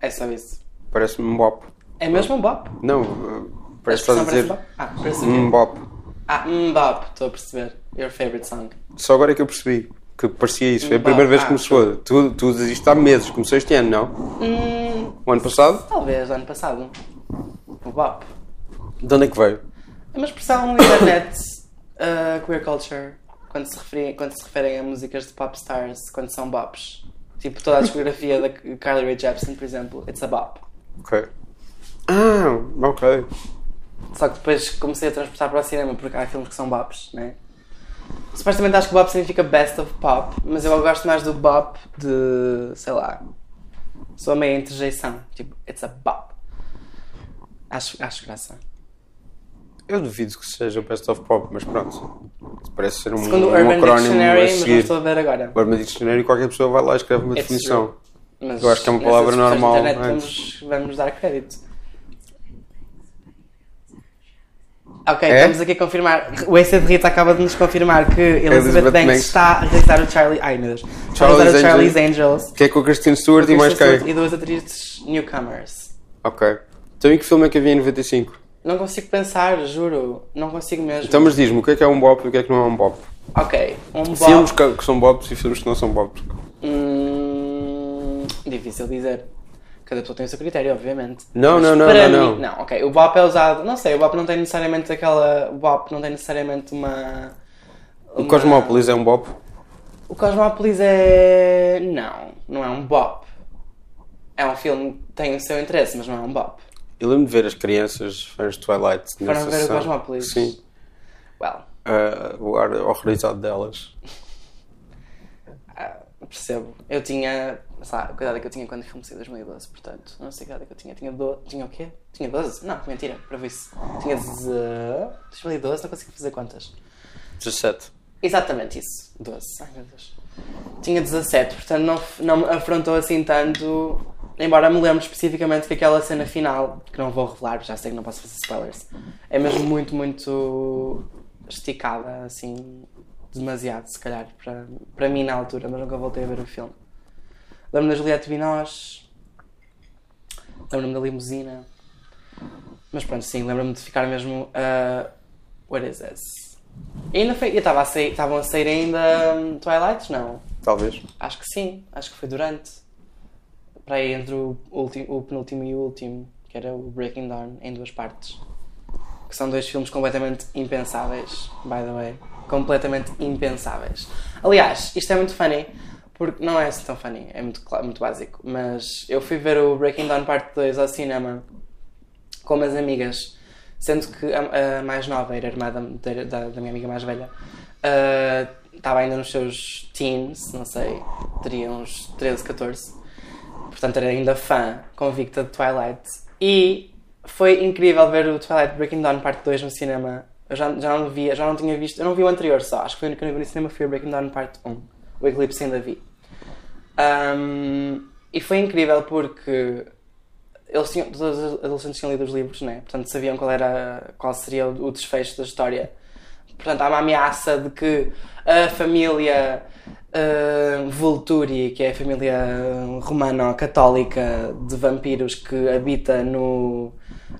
S2: É só isso.
S3: Parece-me um bop.
S2: É mesmo um bop?
S3: Não, uh,
S2: A
S3: parece que estás a
S2: expressão parece
S3: dizer
S2: bop? Ah, parece
S3: um
S2: um bop.
S3: bop.
S2: Ah, um bop, estou a perceber. Your favorite song.
S3: Só agora é que eu percebi que parecia isso. Foi a
S2: Um
S3: primeira
S2: bop,
S3: vez que
S2: ah.
S3: começou. Tu, tu usas isto há meses, começou este ano, não?
S2: Hum,
S3: O ano passado?
S2: talvez, ano passado. O bop.
S3: De onde é que veio?
S2: É uma expressão na internet, [coughs] uh, queer culture, quando se, referem, quando se referem a músicas de pop stars, quando são bops. Tipo toda a discografia da Carly Rae Jepsen, por exemplo, it's a bop.
S3: Ok. Ah, ok.
S2: Só que depois comecei a transportar para o cinema porque há filmes que são bops, né? Supostamente acho que bop significa best of pop, mas eu gosto mais do bop de. sei lá. Sou meio interjeição, tipo, it's a bop. Acho, acho graça.
S3: Eu duvido que seja Best of Pop, mas pronto. Parece ser um,
S2: Segundo o
S3: um
S2: Urban
S3: acrónimo
S2: Dictionary,
S3: a
S2: mas não
S3: seguir.
S2: estou a É ver agora.
S3: O Urban Dictionary, qualquer pessoa vai lá e escreve uma
S2: It's
S3: definição.
S2: true. Mas
S3: Eu acho que é uma
S2: nessas
S3: palavra
S2: expressões
S3: normal,
S2: da internet
S3: antes.
S2: vamos, vamos dar crédito. Ok,
S3: É?
S2: estamos aqui a confirmar. O Ace de Rita acaba de nos confirmar que Elizabeth,
S3: Elizabeth
S2: Banks,
S3: Banks.
S2: está a realizar o Charlie. Ai meu Deus. Está a realizar o
S3: Charlie's
S2: Charlie's Angels.
S3: Que é com a Christine Stewart e mais
S2: Kristen Stewart
S3: quem?
S2: E duas atrizes newcomers.
S3: Ok. Então e que filme é que havia em 95?
S2: Não consigo pensar, juro. Não consigo mesmo.
S3: Então, mas diz-me, o que é que é um bop e o que é que não é um bop?
S2: Ok, um bop.
S3: Filmes que, que são bops e filmes que não são bops.
S2: Hum, difícil dizer. Cada pessoa tem o seu critério, obviamente.
S3: Não, não, não,
S2: para
S3: não,
S2: mim-
S3: não.
S2: ok. O bop é usado. Não sei, o bop não tem necessariamente aquela. O bop não tem necessariamente uma.
S3: O Cosmópolis é um bop.
S2: O Cosmópolis é. Não, não é um bop. É um filme que tem o seu interesse, mas não é um bop.
S3: Eu lembro de ver as crianças fãs de Twilight
S2: Foram
S3: nessa
S2: ver o
S3: sessão.
S2: Cosmópolis?
S3: Sim.
S2: Well,
S3: Ah, o ar horrorizado delas.
S2: ah, percebo. Eu tinha. Sei lá, cuidado que eu tinha quando o filme saiu em 2012, portanto. Não sei que idade é que eu tinha. Tinha, do... tinha o quê? Tinha 12? Não, mentira, para isso. Tinha. deze- 2012, não consigo fazer contas.
S3: 17.
S2: Exatamente isso. 12. Ai meu Deus. Tinha 17, portanto não, f- não me afrontou assim tanto. Embora me lembre especificamente que aquela cena final, que não vou revelar, porque já sei que não posso fazer spoilers, é mesmo muito, muito esticada, assim, demasiado, se calhar, para, para mim na altura, mas nunca voltei a ver o filme. Lembro-me da Juliette Binoche, lembro-me da limusina, mas pronto, sim, lembro-me de ficar mesmo a. what is this? E ainda foi. Eu estava a sair, estavam a sair ainda hum, Twilights? Não.
S3: Talvez.
S2: Acho que sim, acho que foi durante. Para aí entre o, ulti- o penúltimo e o último, que era o Breaking Dawn, em duas partes. Que são dois filmes completamente impensáveis, by the way. Completamente impensáveis. Aliás, isto é muito funny, porque não é assim tão funny, é muito, cla- muito básico. Mas eu fui ver o Breaking Dawn Parte 2 ao cinema com umas amigas, sendo que a, a mais nova era irmã da, da- da- da minha amiga mais velha. ah, Estava ainda nos seus teens, não sei, teria uns 13, 14. Portanto, era ainda fã convicta de Twilight. E foi incrível ver o Twilight Breaking Dawn Parte 2 no cinema. Eu já, já não via, já não tinha visto, eu não vi o anterior só. Acho que foi o único que eu não vi no cinema foi o Breaking Dawn Parte 1. O Eclipse ainda vi. Um, e foi incrível porque eles tinham, todos os adolescentes tinham lido os livros, né? Portanto, sabiam qual era qual seria o, o desfecho da história. Portanto, há uma ameaça de que a família ah, Vulturi, que é a família romano-católica de vampiros que habita no,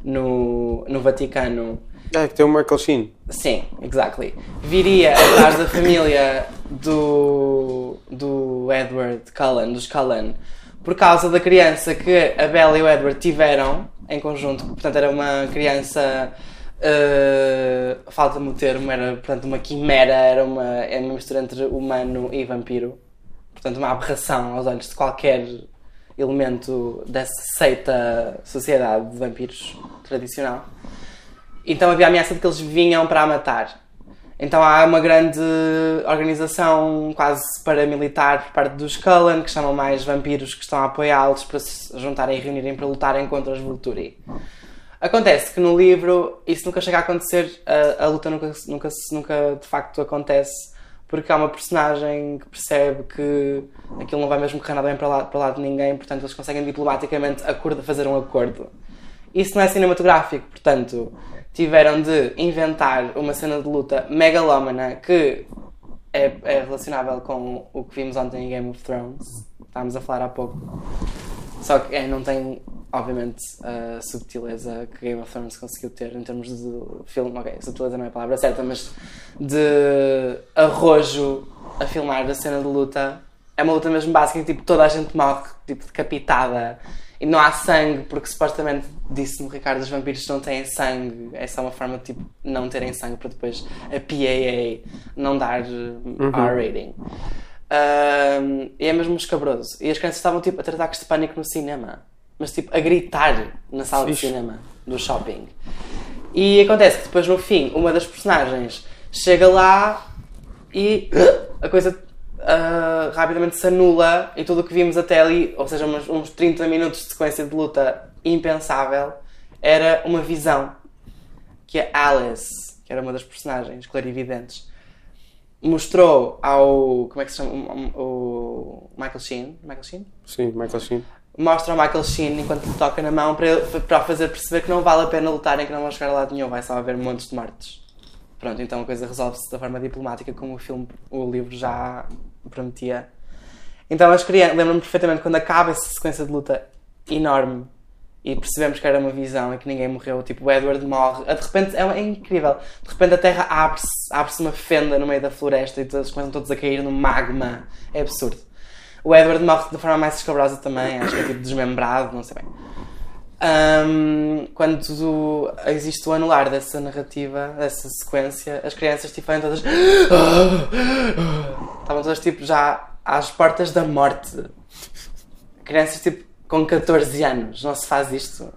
S2: no, no Vaticano,
S3: Ah, que tem o Michael Sheen.
S2: Sim, exactly. Viria atrás da família do, do Edward Cullen, dos Cullen, por causa da criança que a Bella e o Edward tiveram em conjunto. Portanto, era uma criança. eh, Falta-me o termo, era portanto, uma quimera, era uma, era uma mistura entre humano e vampiro. Portanto, uma aberração aos olhos de qualquer elemento dessa seita sociedade de vampiros tradicional. Então havia a ameaça de que eles vinham para a matar. Então há uma grande organização quase paramilitar por parte dos Cullen, que chamam mais vampiros que estão a apoiá-los para se juntarem e reunirem para lutarem contra os Vulturi. Acontece que no livro isso nunca chega a acontecer, a, a luta nunca, nunca, nunca de facto acontece, porque há uma personagem que percebe que aquilo não vai mesmo correr nada bem para lá, para lá de ninguém, portanto eles conseguem diplomaticamente acordo- fazer um acordo. Isso não é cinematográfico, portanto tiveram de inventar uma cena de luta megalómana que é, é relacionável com o que vimos ontem em Game of Thrones, estávamos a falar há pouco. Só que é, não tem, obviamente, a subtileza que Game of Thrones conseguiu ter em termos de filme. Ok, subtileza não é a palavra certa, mas de arrojo a filmar a cena de luta. É uma luta mesmo básica em que tipo, toda a gente morre, tipo, decapitada. E não há sangue, porque supostamente disse-me Ricardo, os vampiros não têm sangue. É só uma forma de tipo, não terem sangue para depois a PAA não dar eh, R-rating. Ahm, e é mesmo escabroso. E as crianças estavam tipo a ter ataques de pânico no cinema, mas tipo a gritar na sala de
S3: Fixe.
S2: cinema do shopping. E acontece que depois no fim, uma das personagens chega lá e a coisa ah, rapidamente se anula e tudo o que vimos até ali, ou seja, uns, uns 30 minutos de sequência de luta impensável, era uma visão que a Alice, que era uma das personagens clarividentes, mostrou ao. Como é que se chama? O, o Michael Sheen. Michael Sheen?
S3: Sim, Michael Sheen.
S2: Mostra ao Michael Sheen enquanto lhe toca na mão para, ele- para o fazer perceber que não vale a pena lutarem, que não vão chegar a lado nenhum, vai só haver montes de mortes. Pronto, então a coisa resolve-se da forma diplomática como o filme, o livro já prometia. Então as crianças, lembro-me perfeitamente quando acaba essa sequência de luta enorme e percebemos que era uma visão e que ninguém morreu, tipo o Edward morre, de repente é, é incrível, de repente a terra abre-se, abre-se uma fenda no meio da floresta e todos, começam todos a cair no magma, é absurdo. O Edward morre de forma mais escabrosa também, acho que é tipo desmembrado, não sei bem. Ahm, quando do- existe o anular dessa narrativa, dessa sequência, as crianças tipo, estavam todas. Estavam todas tipo já às portas da morte. Crianças tipo com 14 anos, não se faz isto.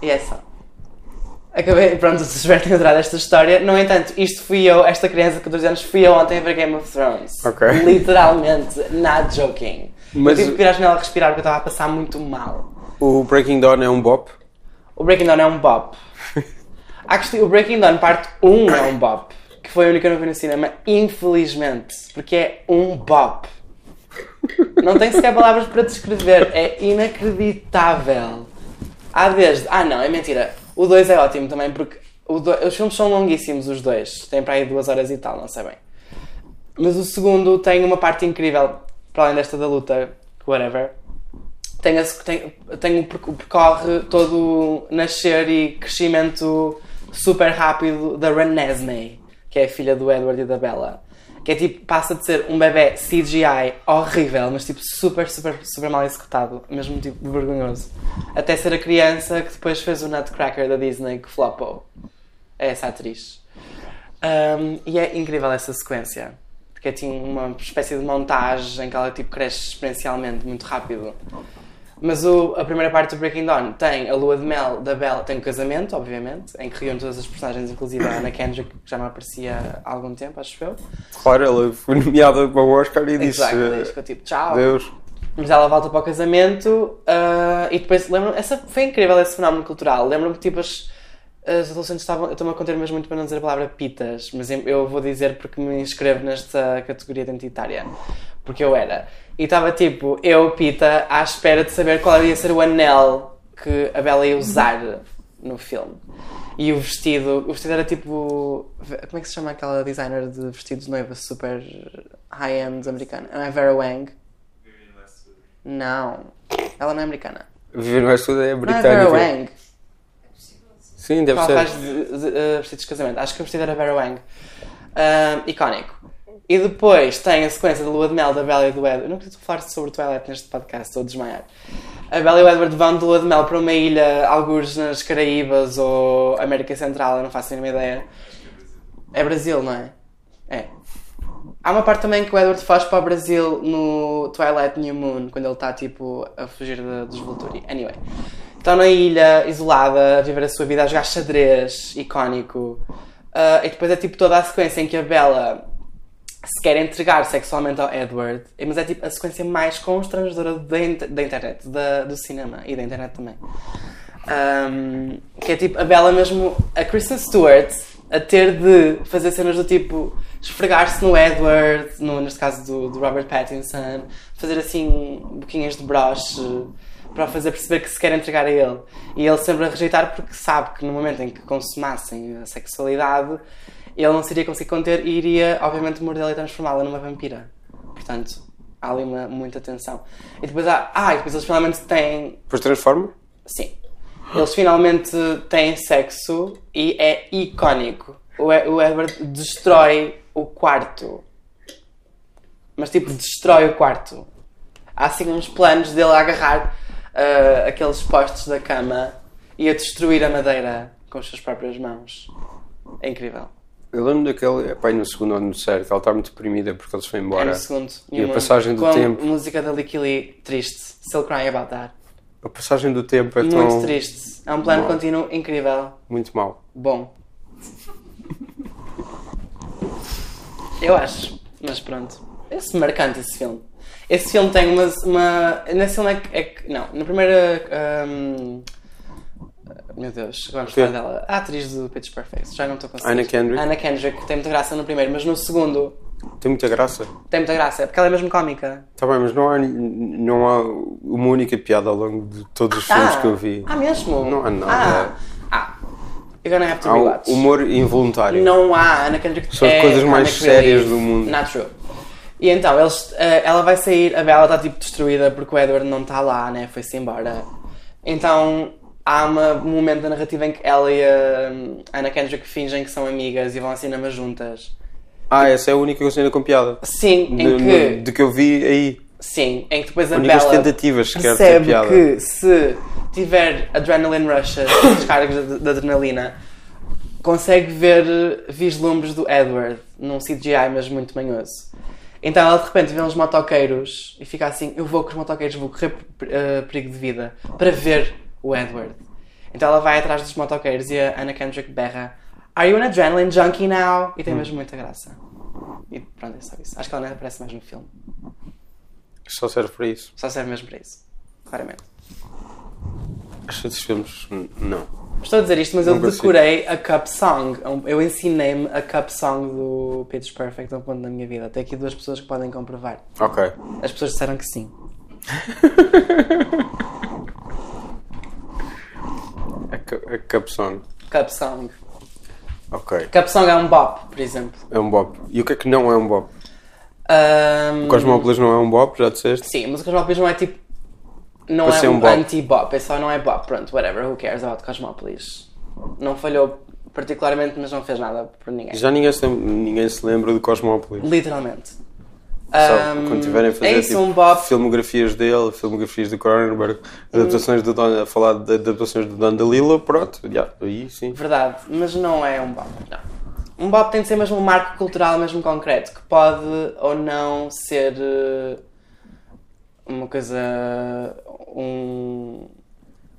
S2: E é só. Acabei, pronto, espero ter adorado esta história. No entanto, isto fui eu, esta criança de 14 anos, fui eu ontem a ver Game of Thrones.
S3: Ok.
S2: Literalmente, not joking.
S3: Mas
S2: eu tive
S3: o-
S2: que ir à janela respirar porque eu estava a passar muito mal.
S3: O Breaking Dawn é um bop.
S2: O Breaking Dawn é um bop. Actually, o Breaking Dawn parte 1 é um bop. Que foi o único que eu não vi no cinema, infelizmente. Porque é um bop. Não tem sequer palavras para descrever. É inacreditável. Há desde. Ah, não, é mentira. O 2 é ótimo também, porque o do- os filmes são longuíssimos, os dois. Tem para aí duas horas e tal, não sei bem. Mas o segundo tem uma parte incrível, para além desta da luta, whatever. Tem, a, sequ- tem, tem um perc- percorre todo o nascer e crescimento super rápido da Renesmee, que é a filha do Edward e da Bella. Que é tipo, passa de ser um bebê CGI horrível, mas tipo super, super, super mal executado, mesmo tipo vergonhoso, até ser a criança que depois fez o Nutcracker da Disney que flopou. É essa atriz. Um, e é incrível essa sequência. Porque é, tinha uma espécie de montagem em que ela tipo, cresce exponencialmente, muito rápido. Mas o- a primeira parte do Breaking Dawn tem a lua de mel da Bella, tem o casamento, obviamente, em que reúne todas as personagens, inclusive a Anna Kendrick, que já não aparecia há algum tempo, acho eu.
S3: Claro, ela foi [laughs] nomeada para o Oscar e disse.
S2: Exato,
S3: eh,
S2: ficou tipo, tchau.
S3: Deus.
S2: Mas ela volta para o casamento ah, e depois lembro essa foi incrível esse fenómeno cultural. Lembro-me que tipo as, as adolescentes estavam. Eu estou-me a conter mesmo muito para não dizer a palavra pitas, mas eu- eu vou dizer porque me inscrevo nesta categoria identitária. Porque eu era. E estava tipo, eu, Pita, à espera de saber qual ia ser o anel que a Bela ia usar no filme. E o vestido. O vestido era tipo. Como é que se chama aquela designer de vestidos de noiva super high-end americana? Não é Vera Wang? Não. Ela não é americana.
S3: Viver no Estudo é
S2: Não é Vera
S3: britânica.
S2: Wang.
S3: Sim, deve
S2: Ela faz
S3: ser.
S2: de- de- eh, vestidos de casamento. Acho que o vestido era Vera Wang. Ahm, icónico. E depois tem a sequência da Lua de Mel, da Bella e do Edward. Eu não queria falar sobre Twilight neste podcast, estou a desmaiar. A Bella e o Edward vão de Lua de Mel para uma ilha, alguns nas Caraíbas ou América Central, eu não faço nenhuma ideia. É Brasil, não é? É. Há uma parte também que o Edward faz para o Brasil no Twilight New Moon, quando ele está tipo a fugir de- dos Volturi. Anyway. Estão na ilha, isolada, a viver a sua vida, a jogar xadrez, icónico. Ah, e depois é tipo toda a sequência em que a Bella se quer entregar sexualmente ao Edward, mas é tipo a sequência mais constrangedora da, in- da internet, da- do cinema e da internet também. Um, que é tipo a Bela mesmo, a Kristen Stewart, a ter de fazer cenas do tipo esfregar-se no Edward, no, neste caso do, do Robert Pattinson, fazer assim boquinhas de broche para o fazer perceber que se quer entregar a ele. E ele sempre a rejeitar porque sabe que no momento em que consumassem a sexualidade, ele não seria conseguir conter e iria, obviamente, mordê-la e transformá-la numa vampira. Portanto, há ali uma, muita tensão. E depois há. Ah, e depois eles finalmente têm
S3: Depois transforma?
S2: Sim. Eles finalmente têm sexo e é icónico. O, E- o Edward destrói o quarto. Mas tipo, destrói o quarto. Há assim uns planos dele a agarrar ah, aqueles postes da cama e a destruir a madeira com as suas próprias mãos. É incrível.
S3: Eu lembro daquele. Pai, no segundo ou no terceiro, que ela está muito deprimida porque eles foram
S2: É
S3: embora.
S2: no segundo.
S3: E a
S2: Newman,
S3: passagem do
S2: com
S3: tempo.
S2: música da Licky Lee, triste. Still crying about that.
S3: A passagem do tempo é
S2: Muito
S3: tão.
S2: triste. É um plano
S3: Bom.
S2: contínuo incrível.
S3: Muito mal.
S2: Bom. Eu acho, mas pronto. Esse marcante esse filme. Esse filme tem uma. uma nesse filme é que. é que- não, na primeira. hum, meu Deus, vamos
S3: Quê?
S2: falar dela. A atriz do Pitch Perfect, já não estou conseguindo.
S3: Anna Kendrick.
S2: Anna Kendrick, tem muita graça no primeiro, mas no segundo
S3: Tem muita graça.
S2: tem muita graça, porque ela é mesmo cómica.
S3: Tá bem, mas não há, não há uma única piada ao longo de todos os filmes que eu vi.
S2: Ah, mesmo?
S3: Não há nada.
S2: Ah, ah. You're gonna have to
S3: Há um
S2: rewatch.
S3: humor involuntário.
S2: Não há, Ana Kendrick
S3: São as
S2: é
S3: coisas mais
S2: comic relief.
S3: sérias do mundo.
S2: Not true. E então, eles, eh, ela vai sair, a Bela está tipo destruída porque o Edward não está lá, né? Foi-se embora. Então, há uma- um momento da narrativa em que ela e a hum, Anna Kendrick fingem que são amigas e vão assim cinema juntas.
S3: Ah, essa é a única cena com piada.
S2: Sim,
S3: De,
S2: em que.
S3: de que eu vi aí.
S2: Sim, em que depois a
S3: Únicas
S2: Bela
S3: tentativas sequer de ter
S2: percebe
S3: piada.
S2: que se tiver adrenaline [coughs] rushes, descargas de, de adrenalina, consegue ver eh, vislumbres do Edward num CGI, mas muito manhoso. Então ela de repente vê uns motoqueiros e fica assim: Eu vou com os motoqueiros, vou correr per- eh, perigo de vida para ver o Edward. Então ela vai atrás dos motoqueiros e a Anna Kendrick berra: Are you an adrenaline junkie now? E tem
S3: Hum.
S2: mesmo muita graça. E pronto, é só isso. Acho que ela não aparece mais no filme.
S3: Só serve para isso.
S2: Só serve mesmo para isso. Claramente.
S3: Acho que esses filmes. n- Não.
S2: Estou a dizer isto, mas eu
S3: Não consigo.
S2: decorei a Cup Song. É um- Eu ensinei-me a Cup Song do Pitch Perfect a um ponto da minha vida. Tem aqui duas pessoas que podem comprovar.
S3: Ok.
S2: As pessoas disseram que sim.
S3: A, cu- a Cup Song.
S2: Cup Song.
S3: Ok.
S2: Que a pessoa é um bop, por exemplo.
S3: É um bop. E o que é que não é um bop?
S2: Ahm,
S3: Cosmópolis não é um bop, já disseste?
S2: Sim, mas o Cosmópolis não é tipo. Não
S3: Para
S2: é
S3: ser
S2: um,
S3: um bop.
S2: anti-bop, é só não é bop. Pronto, whatever, who cares about Cosmópolis. Não falhou particularmente, mas não fez nada por ninguém.
S3: Já ninguém se, lem- ninguém se lembra de Cosmópolis.
S2: Literalmente.
S3: Só
S2: Ahm,
S3: quando tiverem a fazer
S2: é isso,
S3: tipo,
S2: um bop.
S3: filmografias dele, filmografias do Cronenberg, adaptações do Don, a falar de adaptações do Don DeLillo, pronto, já,
S2: [laughs]
S3: aí sim.
S2: Verdade, mas não é um bop, não. Um bop tem de ser mesmo um marco cultural, mesmo concreto, que pode ou não ser eh, uma coisa. um,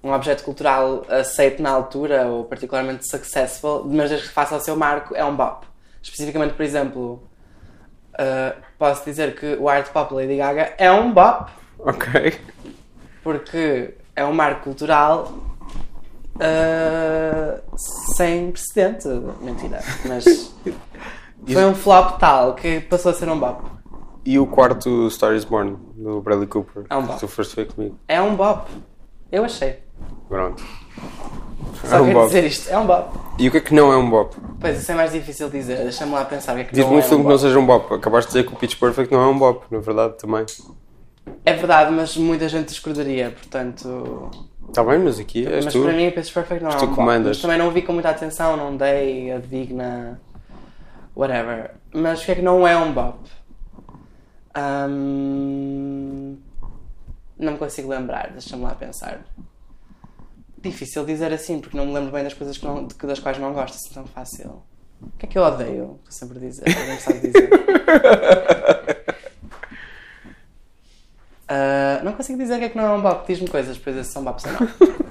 S2: um objeto cultural aceito na altura ou particularmente successful, mas desde que faça o seu marco, é um bop. Especificamente, por exemplo, eh, posso dizer que o art pop Lady Gaga é um bop
S3: Ok.
S2: porque é um marco cultural ah, sem precedente. Mentira,
S3: [laughs]
S2: mas foi um flop tal que passou a ser um bop.
S3: E o quarto Star is Born, do Bradley Cooper,
S2: É um bop.
S3: que tu foste ver comigo.
S2: É um bop. Eu achei.
S3: Pronto.
S2: Só
S3: é um
S2: quero
S3: bop.
S2: dizer isto. É um bop.
S3: E o que é que não é um bop?
S2: Pois, isso é mais difícil de dizer. Deixa-me lá pensar o que é que
S3: Diz-me
S2: não
S3: um
S2: é
S3: filme
S2: um
S3: que não
S2: bop.
S3: seja um bop. Acabaste de dizer que o Pitch Perfect não é um bop, na verdade, também.
S2: É verdade, mas muita gente discordaria, portanto...
S3: Está Tá bem, mas aqui és
S2: mas
S3: tu.
S2: para mim, Pitch Perfect não é
S3: tu
S2: um bop.
S3: comandas.
S2: Mas também não vi com muita atenção, não dei a digna. whatever. Mas o que é que não é um bop? Ahm, Não me consigo lembrar, deixa-me lá pensar. Difícil dizer assim, porque não me lembro bem das coisas que não- de- das quais não gosto, assim tão fácil. O que é que eu odeio? Estou sempre a dizer, não sabe
S3: [laughs]
S2: dizer. Ah, não consigo dizer o que é que não é um bop. Diz-me coisas, depois se são bops ou não.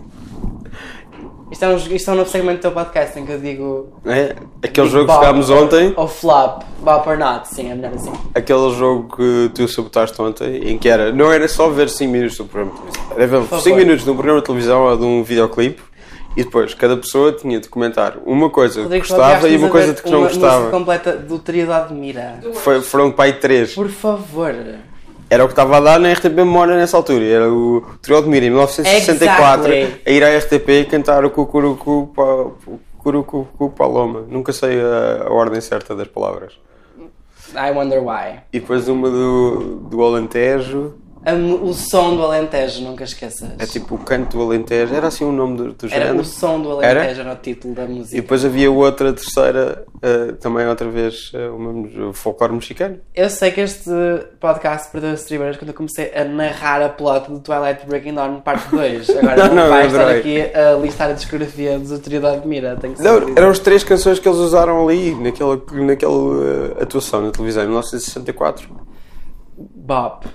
S2: Isto é, um, isto é um novo segmento do teu podcast em que eu digo.
S3: É, aquele
S2: digo
S3: jogo que
S2: bop
S3: jogámos ontem,
S2: Ou flop, bop or not, sim, é melhor assim.
S3: aquele jogo que tu sabotaste ontem, em que era, não era só ver 5 minutos do programa de televisão, era ver
S2: favor.
S3: 5 minutos de um programa de televisão ou de um videoclipe, e depois cada pessoa tinha de comentar uma coisa que
S2: Rodrigo, só
S3: gostava
S2: obrigaste-nos
S3: e uma
S2: a
S3: coisa
S2: ver
S3: de que não
S2: uma música
S3: gostava.
S2: completa do Trio de Admira.
S3: Foi, foram pai três.
S2: Por favor.
S3: Era o que estava a dar na RTP Memória nessa altura. Era o Trio de Mira, em 1964,
S2: Exactly.
S3: a ir à RTP cantar o Cucurucu pa- Cucurucucu Paloma. Nunca sei a, a ordem certa das palavras.
S2: I wonder why.
S3: E depois uma do, do Alentejo.
S2: A mu- o som do Alentejo, nunca esqueças.
S3: É tipo o canto do Alentejo. Era assim o nome do, do
S2: Era
S3: género.
S2: o som do
S3: Era?
S2: Alentejo, era o título da
S3: E
S2: música.
S3: depois havia outra terceira, eh, também outra vez, eh, o mesmo o folclore mexicano.
S2: Eu sei que este podcast perdeu as estribeiras quando eu comecei a narrar a plot do Twilight Breaking Dawn
S3: [laughs]
S2: parte 2. Agora
S3: Não,
S2: não,
S3: não,
S2: vai
S3: eu
S2: estar
S3: adorei.
S2: aqui a listar a discografia do Trio de Admira. Tenho que
S3: Não, um
S2: saber.
S3: eram as três canções que eles usaram ali, naquela, naquela eh, atuação na televisão, em 1964.
S2: Bop.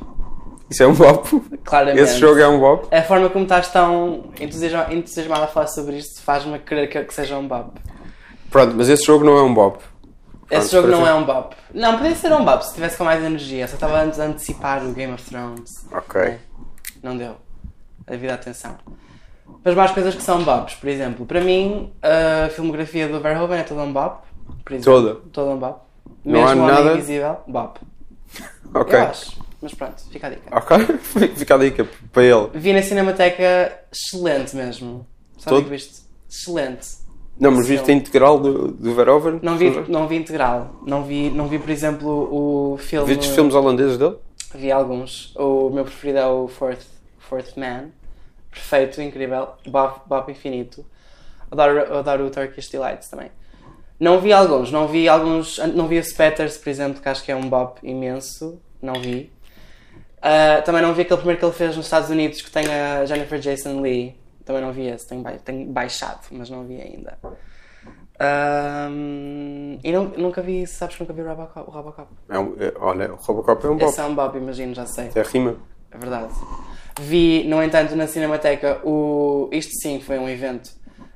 S3: Isso é um bop.
S2: Claramente.
S3: Esse jogo é um bop.
S2: A forma como estás tão entusiasma- entusiasmado a falar sobre isto faz-me querer que, que seja um bop.
S3: Pronto, mas esse jogo não é um bop.
S2: Esse
S3: Pronto,
S2: jogo não
S3: parece-
S2: é um bop. Não, podia ser um bop se tivesse com mais energia. Só estava antes a antecipar o Game of Thrones.
S3: Ok.
S2: É. Não deu. A vida atenção. Mas mais coisas que são bops, por exemplo. Para mim, a filmografia do Verhoeven é toda um bop. Por exemplo,
S3: Toda?
S2: Toda um bop.
S3: Não há
S2: Mesmo Homem
S3: nada-
S2: Invisível, bop.
S3: Ok.
S2: Eu acho. Mas pronto, fica a dica.
S3: Ok. [laughs] Fica a dica para ele.
S2: Vi na Cinemateca, excelente mesmo. Só
S3: Todo?
S2: digo isto. Excelente.
S3: Não, mas
S2: Esse
S3: viste a
S2: filme.
S3: integral do, do Verhoeven?
S2: Não vi, não vi integral. Não vi, não vi, por exemplo, o filme.
S3: Viste os filmes holandeses dele?
S2: Vi alguns. O meu preferido é o Fourth, Fourth Man. Perfeito, incrível. Bop, bop infinito. Adoro, adoro o Turkish Delights também. Não vi alguns. Não vi alguns. Não vi o Spetters, por exemplo, que acho que é um bop imenso. Não vi. Ah, também não vi aquele primeiro que ele fez nos Estados Unidos que tem a Jennifer Jason Lee. Também não vi esse. Tenho, bai- tenho baixado, mas não vi ainda. Ahm, e não- nunca vi, sabes que nunca vi o Robocop? O Robocop.
S3: É um, é- olha, o Robocop é um bop.
S2: Esse é um bop, imagino, já sei.
S3: É rima.
S2: É verdade. Vi, no entanto, na Cinemateca, o... isto sim foi um evento.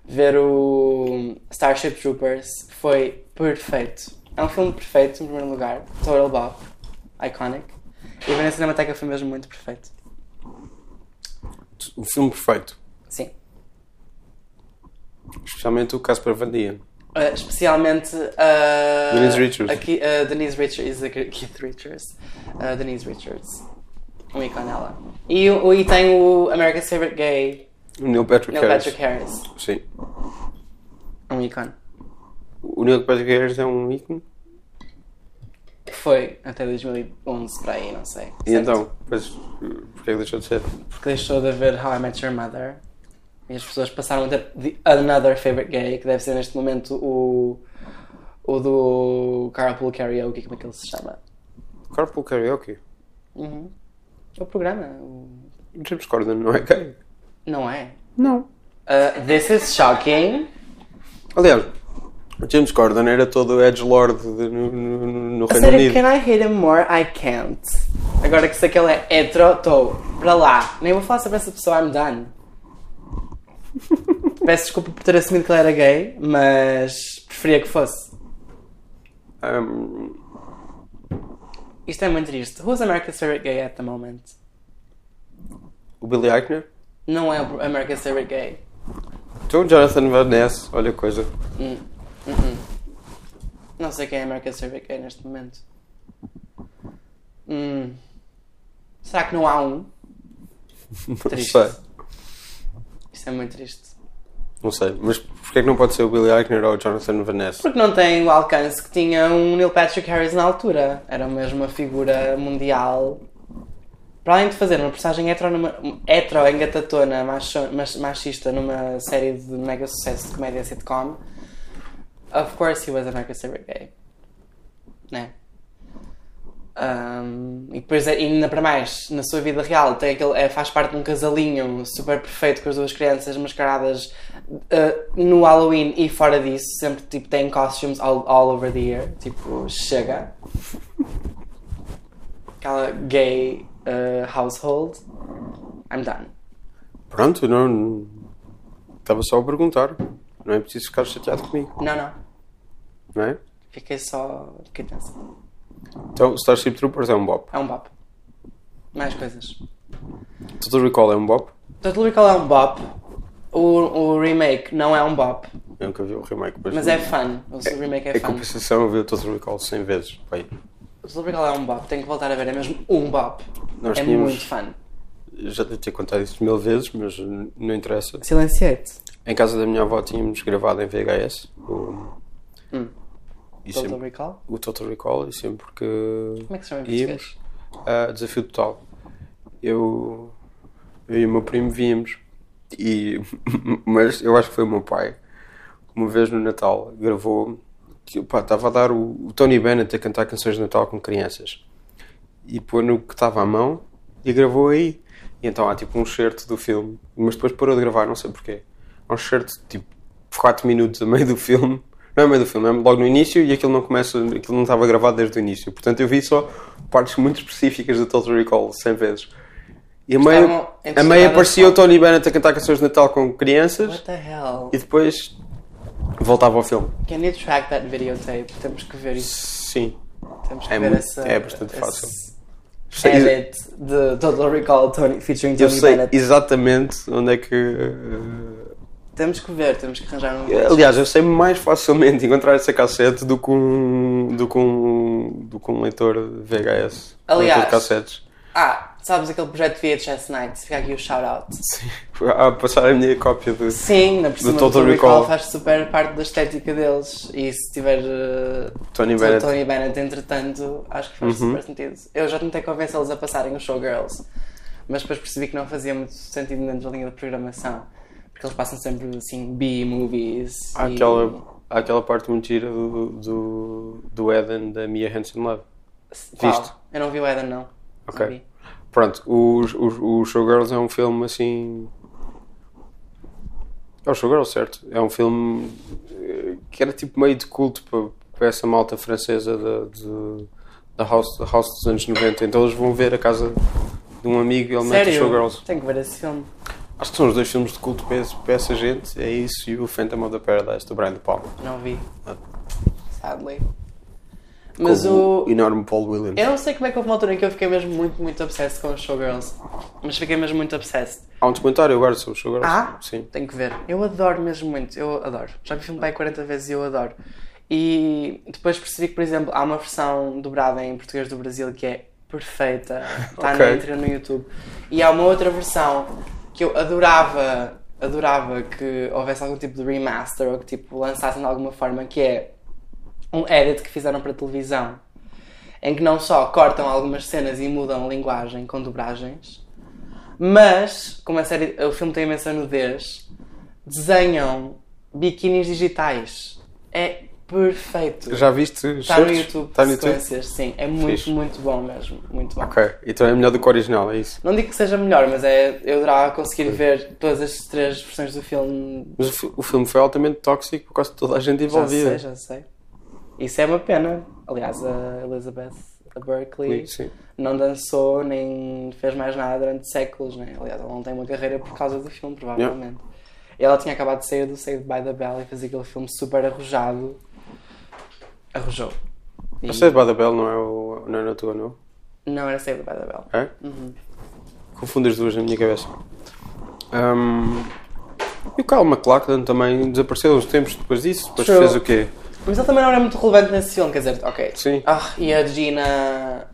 S2: Ver o Starship Troopers foi perfeito. É um filme perfeito, em primeiro lugar. Total Bob, iconic. E ver na Cinemateca foi mesmo muito perfeito.
S3: O filme perfeito.
S2: Sim.
S3: Especialmente o Casper Van Dien.
S2: Uh, especialmente a.
S3: Denise Richards.
S2: a Ki- a Denise Richards. A Ki- Keith Richards. A Denise Richards. Um ícone ela. E, o- e tem o America's Favorite Gay,
S3: O Neil Patrick
S2: Neil
S3: Harris.
S2: Patrick Harris.
S3: Sim.
S2: Um ícone.
S3: O Neil Patrick Harris é um ícone.
S2: Foi até 2011 para aí, não sei.
S3: E
S2: certo?
S3: então, mas eh, porquê é que deixou de ser?
S2: Porque deixou de haver How I Met Your Mother e as pessoas passaram a ter The Another Favorite Gay, que deve ser neste momento o. o do Carpool Karaoke, como é que ele se chama?
S3: Carpool Karaoke.
S2: Uhum. O programa. o-
S3: O James Corden não é gay.
S2: Não é?
S3: Não.
S2: Uh, this is shocking.
S3: Aliás, o James Corden era todo edgelord de- no, no- no- no
S2: A
S3: Reino
S2: sério,
S3: Unido.
S2: can I hate him more? I can't. Agora que sei que ele é hetero, estou para lá. Nem vou falar sobre essa pessoa, I'm done. Peço desculpa por ter assumido que ele era gay, mas preferia que fosse.
S3: Um,
S2: Isto é muito triste. Who's America's favorite gay at the moment?
S3: o Billy Eichner.
S2: Não é o America's favorite gay.
S3: Então o Jonathan Van Ness, olha a coisa.
S2: Hum, hum, hum. Não sei quem é America's favorite gay neste momento. Hum. Será que não há um?
S3: [laughs] Não
S2: Triste.
S3: sei.
S2: Isto é muito triste.
S3: Não sei. Mas porquê é que não pode ser o Billy Eichner ou o Jonathan Van Ness?
S2: Porque não tem o alcance que tinha um Neil Patrick Harris na altura. Era mesmo uma figura mundial. Para além de fazer uma personagem hetero, numa, hetero engatatona macho- mach- machista numa série de mega sucesso de comédia sitcom, of course he was America's favorite gay. Né? Um, e depois, ainda para mais, na sua vida real, tem aquele, é, faz parte de um casalinho super perfeito com as duas crianças mascaradas uh, no Halloween e fora disso. Sempre tipo, tem costumes all, all over the year. Tipo, chega. Aquela gay uh, household. I'm done.
S3: Pronto, não. Estava só a perguntar. Não é preciso ficar chateado comigo,
S2: Não, não.
S3: não é?
S2: Fiquei só. Que dança.
S3: Então, Starship Troopers é um bop.
S2: É um bop. Mais coisas.
S3: Total Recall é um bop.
S2: Total Recall é um bop. O, o remake não é um bop.
S3: Eu nunca vi o remake, mas.
S2: Mas é fun. O remake é
S3: Em
S2: fun.
S3: compensação, eu vi o Total Recall 100 vezes. Pai,
S2: O Total Recall é um bop. Tenho que voltar a ver. É mesmo um bop.
S3: Nós
S2: é
S3: tínhamos-
S2: muito fun.
S3: já devo ter contado isso mil vezes, mas n- não interessa.
S2: Silenciei-te.
S3: Em casa da minha avó tínhamos gravado em VHS o,
S2: Hum.
S3: e
S2: Total
S3: sempre-
S2: Recall?
S3: o Total Recall e sempre que
S2: Como é que se chama em
S3: íamos,
S2: português?
S3: ah, desafio total. Eu, eu e o meu primo víamos, e, [laughs] mas eu acho que foi o meu pai que uma vez no Natal gravou que pá, estava a dar o, o Tony Bennett a cantar canções de Natal com crianças e pôr no que estava à mão e gravou aí. E então há tipo um certo do filme, mas depois parou de gravar, não sei porquê. Há um certo tipo 4 minutos a meio do filme. Não é meio do filme, é logo no início e aquilo não começa, aquilo não estava gravado desde o início. Portanto, eu vi só partes muito específicas do Total Recall 100 vezes. E a meio,
S2: Estavam
S3: a meio
S2: intercaladas
S3: aparecia
S2: com-
S3: o Tony Bennett a cantar canções de Natal com crianças
S2: What the hell?
S3: e depois voltava ao filme.
S2: Can you track that videotape? Temos que ver isso.
S3: Sim.
S2: Temos que
S3: É
S2: ver
S3: muito-
S2: essa.
S3: é bastante
S2: esse
S3: fácil.
S2: Edit de Total Recall Tony, featuring
S3: Eu
S2: Tony
S3: sei
S2: Bennett.
S3: exatamente onde é que. eh,
S2: Temos que ver, temos que arranjar um.
S3: Aliás, eu sei mais facilmente [laughs] encontrar essa cassete do que um, do que um, do que um leitor VHS. um
S2: Aliás.
S3: leitor de cassetes.
S2: Ah, sabes aquele projeto VHS Nights? Fica aqui o shout-out.
S3: Sim. A passar a minha cópia do.
S2: Sim, na próxima
S3: Do
S2: Total
S3: Total
S2: Recall.
S3: Recall.
S2: faz super parte da estética deles. E se tiver eh,
S3: Tony
S2: o
S3: Bennett.
S2: Tony Bennett, entretanto, acho que
S3: Uhum.
S2: faz super sentido. Eu já tentei convencê-los a passarem o Showgirls, mas depois percebi que não fazia muito sentido dentro da linha de programação. Porque eles passam sempre assim B-movies.
S3: Há
S2: e-
S3: Ah, aquela, há aquela parte muito gira do, do, do Eden da Mia Hansen Love.
S2: Qual?
S3: Viste?
S2: Eu não vi o Eden, não. Não
S3: Ok.
S2: vi.
S3: Pronto, o, o, o Showgirls é um filme assim. É o Showgirls, certo? É um filme eh, que era tipo meio de culto para, para essa malta francesa da, de- da house, da house dos anos 90. Então eles vão ver a casa de um amigo e ele mete o
S2: Sério?
S3: Showgirls.
S2: Tenho que ver esse filme.
S3: Acho que são os dois filmes de culto para, esse- para essa gente. É isso e o Phantom of the Paradise do Brian De Palma.
S2: Não vi.
S3: Ah.
S2: Sadly. Mas
S3: Com
S2: o.
S3: enorme Paul Williams.
S2: Eu não sei como é que houve uma altura em que eu fiquei mesmo muito, muito obsessed com os Showgirls. Mas fiquei mesmo muito obsessed.
S3: Há um documentário agora sobre o Showgirls.
S2: Ah?
S3: Sim.
S2: Tenho que ver. Eu adoro mesmo muito. Eu adoro. Já vi filme bem 40 vezes e eu adoro. E depois percebi que, por exemplo, há uma versão dobrada em português do Brasil que é perfeita. Está
S3: Ok.
S2: na entre no YouTube. E há uma outra versão que eu adorava, adorava que houvesse algum tipo de remaster ou que tipo lançassem de alguma forma que é um edit que fizeram para televisão em que não só cortam algumas cenas e mudam a linguagem com dobragens, mas, como a série, o filme tem imensa nudez, desenham biquínis digitais. É perfeito.
S3: Já viste?
S2: Está Tá no YouTube,
S3: Está no YouTube?
S2: sequências, sim. É muito,
S3: Fixe.
S2: muito bom mesmo. Muito bom.
S3: Ok, então é melhor do que o original, é isso.
S2: Não digo que seja melhor, mas é, eu adorava conseguir ver todas as três versões do filme.
S3: Mas o, fi- o filme foi altamente tóxico por causa de toda a gente
S2: Já
S3: envolvida.
S2: sei, já sei. Isso é uma pena. Aliás, a Elizabeth a Berkeley
S3: Sim.
S2: não dançou nem fez mais nada durante séculos, né? Aliás, ela não tem uma carreira por causa do filme, provavelmente. Ela tinha acabado de sair do Saved by the Bell e fez aquele filme super arrojado. Arrojou. E-
S3: Eu sei de Badabel, não é, o, não é na tua, não?
S2: Não era Saved by the Bell. Uhum.
S3: É? Confundo as duas na minha cabeça. Ahm, e o Kyle MacLachlan também desapareceu uns tempos depois disso. Depois
S2: True.
S3: fez o quê?
S2: Mas ele também não era muito relevante nesse filme, quer dizer, ok.
S3: Sim.
S2: Ah, e a Gina.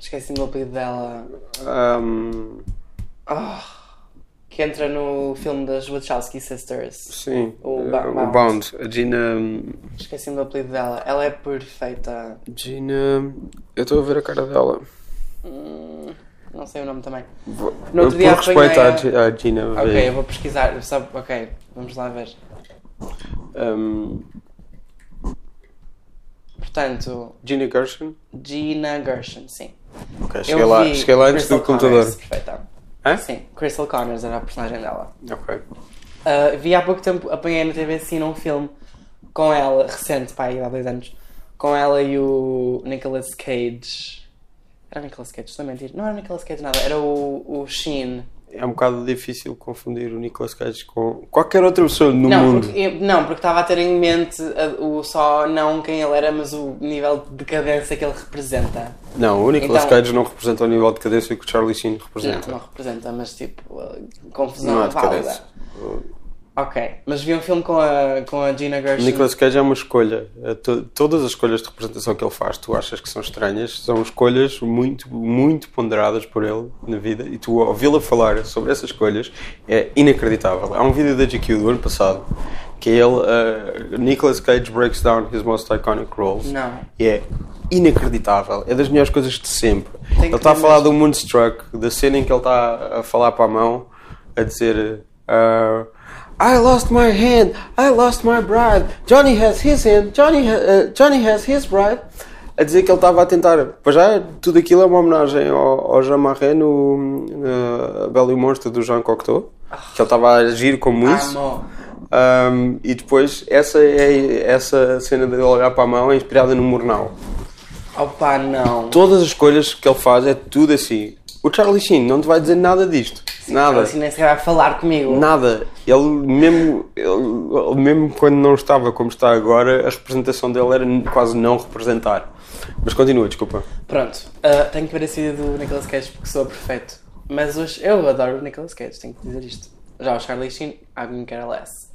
S2: Esqueci-me do apelido dela.
S3: Ahm,
S2: Ah, que entra no filme das Wachowski Sisters.
S3: sim.
S2: O
S3: eh,
S2: Ba-
S3: o Bound. A Gina.
S2: Esqueci-me do apelido dela. Ela é perfeita.
S3: Gina. Eu estou a ver a cara dela.
S2: Hum, não sei o nome também.
S3: Vou-
S2: No outro
S3: Por
S2: dia apanhei
S3: respeito à, Gi- à Gina.
S2: Ok,
S3: vê.
S2: eu vou pesquisar. Só, ok, vamos lá ver.
S3: Ahm,
S2: Portanto,
S3: Gina Gershon.
S2: Gina Gershon, sim.
S3: Ok, cheguei lá,
S2: vi
S3: cheguei lá antes
S2: Crystal
S3: do computador.
S2: Connors, perfeita.
S3: Hã?
S2: Sim, Crystal Connors era a personagem dela.
S3: Ok.
S2: Uh, vi há pouco tempo, apanhei na TV Cine um filme com ela, recente, pá, aí há dois anos, com ela e o Nicolas Cage. Era Nicolas Cage, estou a mentir. Não era Nicolas Cage nada, era o, o Sheen.
S3: É um bocado difícil confundir o Nicolas Cage com qualquer outra pessoa no
S2: não,
S3: mundo.
S2: Porque, não, porque estava a ter em mente a- o só não quem ele era, mas o nível de decadência que ele representa.
S3: Não, o Nicolas
S2: Então-
S3: Cage não representa o nível de cadência que o Charlie Sheen representa.
S2: Não, não representa, mas tipo, a confusão
S3: Não há
S2: válida.
S3: decadência.
S2: Ok, mas vi um filme com a, com a Gina
S3: O
S2: Gershon.
S3: Nicolas Cage é uma escolha. É to- Todas as escolhas de representação que ele faz, tu achas que são estranhas, são escolhas muito, muito ponderadas por ele na vida e tu ouvi-la falar sobre essas escolhas é inacreditável. Há um vídeo da GQ do ano passado que é ele, uh, Nicolas Cage breaks down his most iconic roles.
S2: Não.
S3: E é inacreditável. É das melhores coisas de sempre.
S2: que
S3: ele está a
S2: ver
S3: falar do Moonstruck, da cena em que ele está a falar para a mão, a dizer. ah, I lost my hand, I lost my bride. Johnny has his hand, Johnny, ha- ah, Johnny has his bride. A dizer que ele estava a tentar. Pois já, tudo aquilo é uma homenagem ao, ao Jean Marais no na Belo e o Monstro do Jean Cocteau. Que ele estava a agir
S2: Ah,
S3: como isso.
S2: Amo.
S3: Um, e depois, essa, é, essa cena de olhar para a mão é inspirada no Murnau.
S2: Opa, não.
S3: Todas as escolhas que ele faz é tudo assim. O Charlie Sheen não te vai dizer nada disto. nada.
S2: Assim nem sequer vai falar comigo.
S3: Nada. Ele mesmo, ele, ele mesmo quando não estava como está agora, a representação dele era n- quase não representar. Mas continua, desculpa.
S2: Pronto, ah, tenho que ver esse vídeo do Nicolas Cage porque sou perfeito. Mas hoje eu adoro o Nicolas Cage, tenho que dizer isto. Já o Charlie Sheen, I couldn't care less.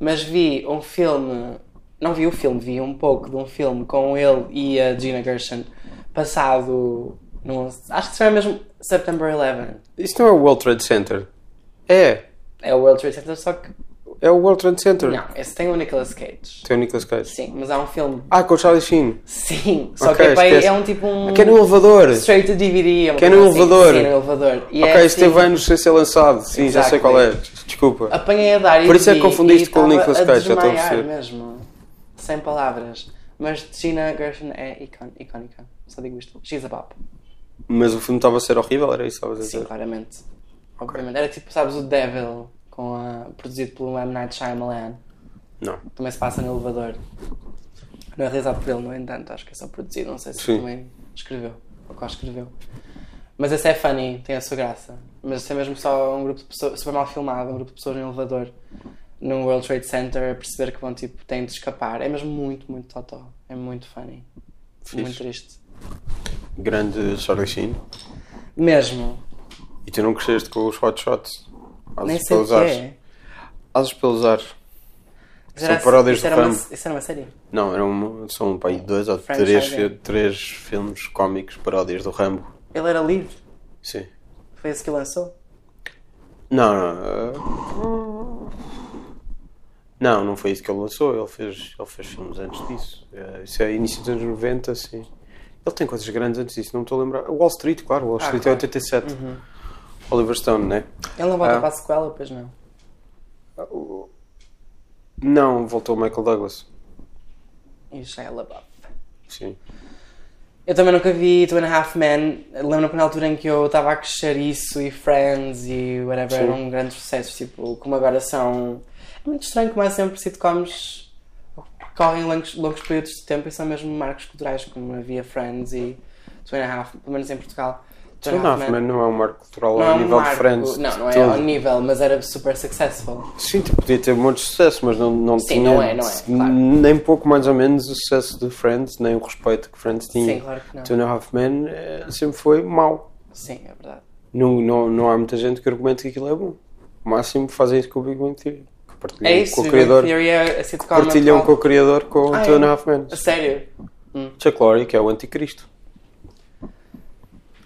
S2: Mas vi um filme, não vi o filme, vi um pouco de um filme com ele e a Gina Gershon passado no, acho que será mesmo September 11.
S3: Isto não é o World Trade Center. É.
S2: É o World Trade Center, só que
S3: É o World Trade Center.
S2: não, esse tem o Nicolas Cage.
S3: Tem o Nicolas Cage.
S2: Sim, mas há um filme,
S3: Ah, com o Charlie Sheen.
S2: sim, só
S3: Ok,
S2: que é, pá,
S3: esquece.
S2: é um tipo um
S3: Que é no elevador.
S2: straight to DVD, é uma
S3: Que é no
S2: coisa assim.
S3: elevador.
S2: Sim, no elevador. E é
S3: ok,
S2: assim-
S3: esteve anos sem ser lançado. Sim, já sei
S2: Exactly.
S3: qual é. Desculpa.
S2: apanhei a dar e
S3: Por isso é que
S2: vi,
S3: confundiste
S2: e
S3: com o
S2: estava
S3: Nicolas
S2: a
S3: Cage, já estou a
S2: desmaiar
S3: perceber.
S2: mesmo. Sem palavras. Mas Gina Gershon é icon- icónica. Só digo isto. She's a pop.
S3: Mas o filme estava a ser horrível, era isso que estavas a
S2: Sim,
S3: dizer?
S2: claramente. Obviamente. Era tipo, sabes, o Devil, com a- produzido pelo M. Night Shyamalan.
S3: Não.
S2: Também se passa no elevador. Não é realizado por ele, no entanto. Acho que é só produzido. Não sei se
S3: Sim.
S2: também escreveu. Ou qual escreveu. Mas esse é funny, tem a sua graça. Mas esse é mesmo só um grupo de pessoas, super mal filmado, um grupo de pessoas no elevador, num World Trade Center, a perceber que vão, tipo, têm de escapar. É mesmo muito, muito totó. É muito funny.
S3: Fixe.
S2: Muito triste.
S3: Grande Charlie Sheen.
S2: Mesmo.
S3: E tu não cresceste com os hot shots? Asas
S2: Nem sei o
S3: pelos
S2: que
S3: ares.
S2: é.
S3: Asas pelos ares.
S2: Isso
S3: São paródias
S2: isso
S3: do
S2: era uma,
S3: Rambo.
S2: isso era uma série?
S3: Não, era uma, são pá, aí dois ou
S2: Franchise,
S3: três,
S2: é.
S3: fi- três filmes cómicos paródias do Rambo.
S2: Ele era livre.
S3: Sim.
S2: Foi esse que lançou.
S3: Não, não. eh, Não, não foi isso que ele lançou. Ele fez, ele fez filmes antes disso. Eh, isso é início dos anos 90, assim. Ele tem coisas grandes antes disso, não me estou a lembrar. Wall Street, claro, Wall Street
S2: claro.
S3: é 87.
S2: Uhum.
S3: Oliver Stone, né?
S2: Ele não volta
S3: Ah.
S2: para a sequela, pois não.
S3: Não, voltou o Michael Douglas.
S2: E o Shia LaBeouf.
S3: Sim.
S2: é Eu também nunca vi Two and a Half Men. Lembro-me que na altura em que eu estava a crescer isso e Friends e whatever
S3: Sim.
S2: eram grandes sucessos, tipo, como agora são. É muito estranho como há sempre sitcoms que correm longos, longos períodos de tempo e são mesmo marcos culturais, como havia Friends e Two and a Half, pelo menos em Portugal. Two
S3: Não,
S2: and a Half
S3: não,
S2: Men
S3: mas não é um marco cultural
S2: não é
S3: ao
S2: um
S3: nível de
S2: marco-
S3: Friends.
S2: Não,
S3: de
S2: não é
S3: todo.
S2: ao nível, mas era super successful.
S3: Sim, tipo, podia ter um monte de sucesso, mas não, não
S2: Sim,
S3: tinha
S2: não é, não é, claro.
S3: nem pouco mais ou menos o sucesso de Friends, nem o respeito que Friends tinha.
S2: Sim, claro que não.
S3: Two and a Half Men eh, sempre foi mau.
S2: Sim, é verdade.
S3: Não, não, não há muita gente que argumente que aquilo é bom. O máximo fazem isso com o Big Bang Theory. Que partilham
S2: É isso,
S3: com o
S2: Big
S3: criador. um
S2: Bang Theory é a sitcom
S3: Partilham com
S2: atual.
S3: o criador com o
S2: Ah,
S3: Two and
S2: é?
S3: a Half Men.
S2: A sério?
S3: Chuck Lorre, que é o anticristo.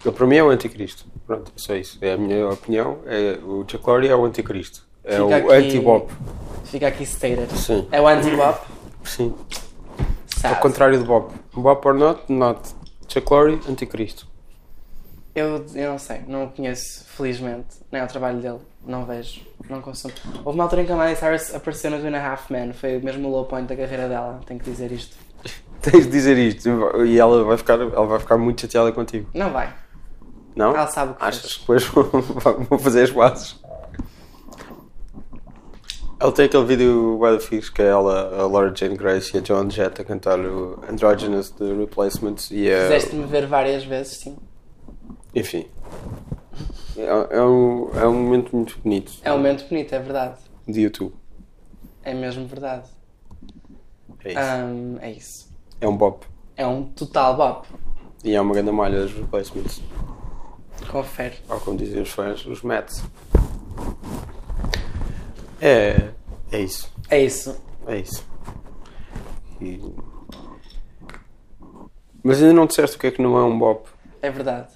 S3: Ele, para mim é o anticristo. Pronto, é só isso. É a minha opinião. É, o Chuck Lorre é o anticristo. É
S2: Fica
S3: o
S2: aqui-
S3: anti-bop.
S2: Fica aqui stated.
S3: Sim.
S2: É o anti-bop?
S3: Sim. Hum. Ao
S2: Sabe.
S3: contrário de Bob. Bob or not, not. Chuck Lorre, anticristo. [laughs]
S2: Eu, eu não sei, não o conheço, felizmente. Nem o trabalho dele, não vejo, não consumo. Houve uma altura em que a Miley Cyrus apareceu no Two and a Half Men, foi mesmo o low point da carreira dela, tenho que dizer isto.
S3: Tens de dizer isto e ela vai ficar, ela vai ficar muito chateada contigo.
S2: Não vai.
S3: Não?
S2: Ela sabe o que
S3: Achas que depois [laughs] vão vão fazer as bases? Ele tem aquele vídeo bem fixe que é ela, a Laura Jane Grace e a John Jett a cantar o Androgynous de Replacements e a...
S2: Fizeste-me ver várias vezes, sim.
S3: Enfim. É, é um, é um momento muito bonito
S2: É um momento bonito, é verdade.
S3: de YouTube.
S2: É mesmo verdade.
S3: É isso.
S2: Ahm, é isso.
S3: É um bop.
S2: É um total bop.
S3: E é uma grande malha dos Replacements.
S2: Confere.
S3: ou como dizem os fãs, os Mets. É, é isso,
S2: É isso.
S3: é isso. E- Mas ainda não disseste o que é que não é um bop.
S2: É verdade.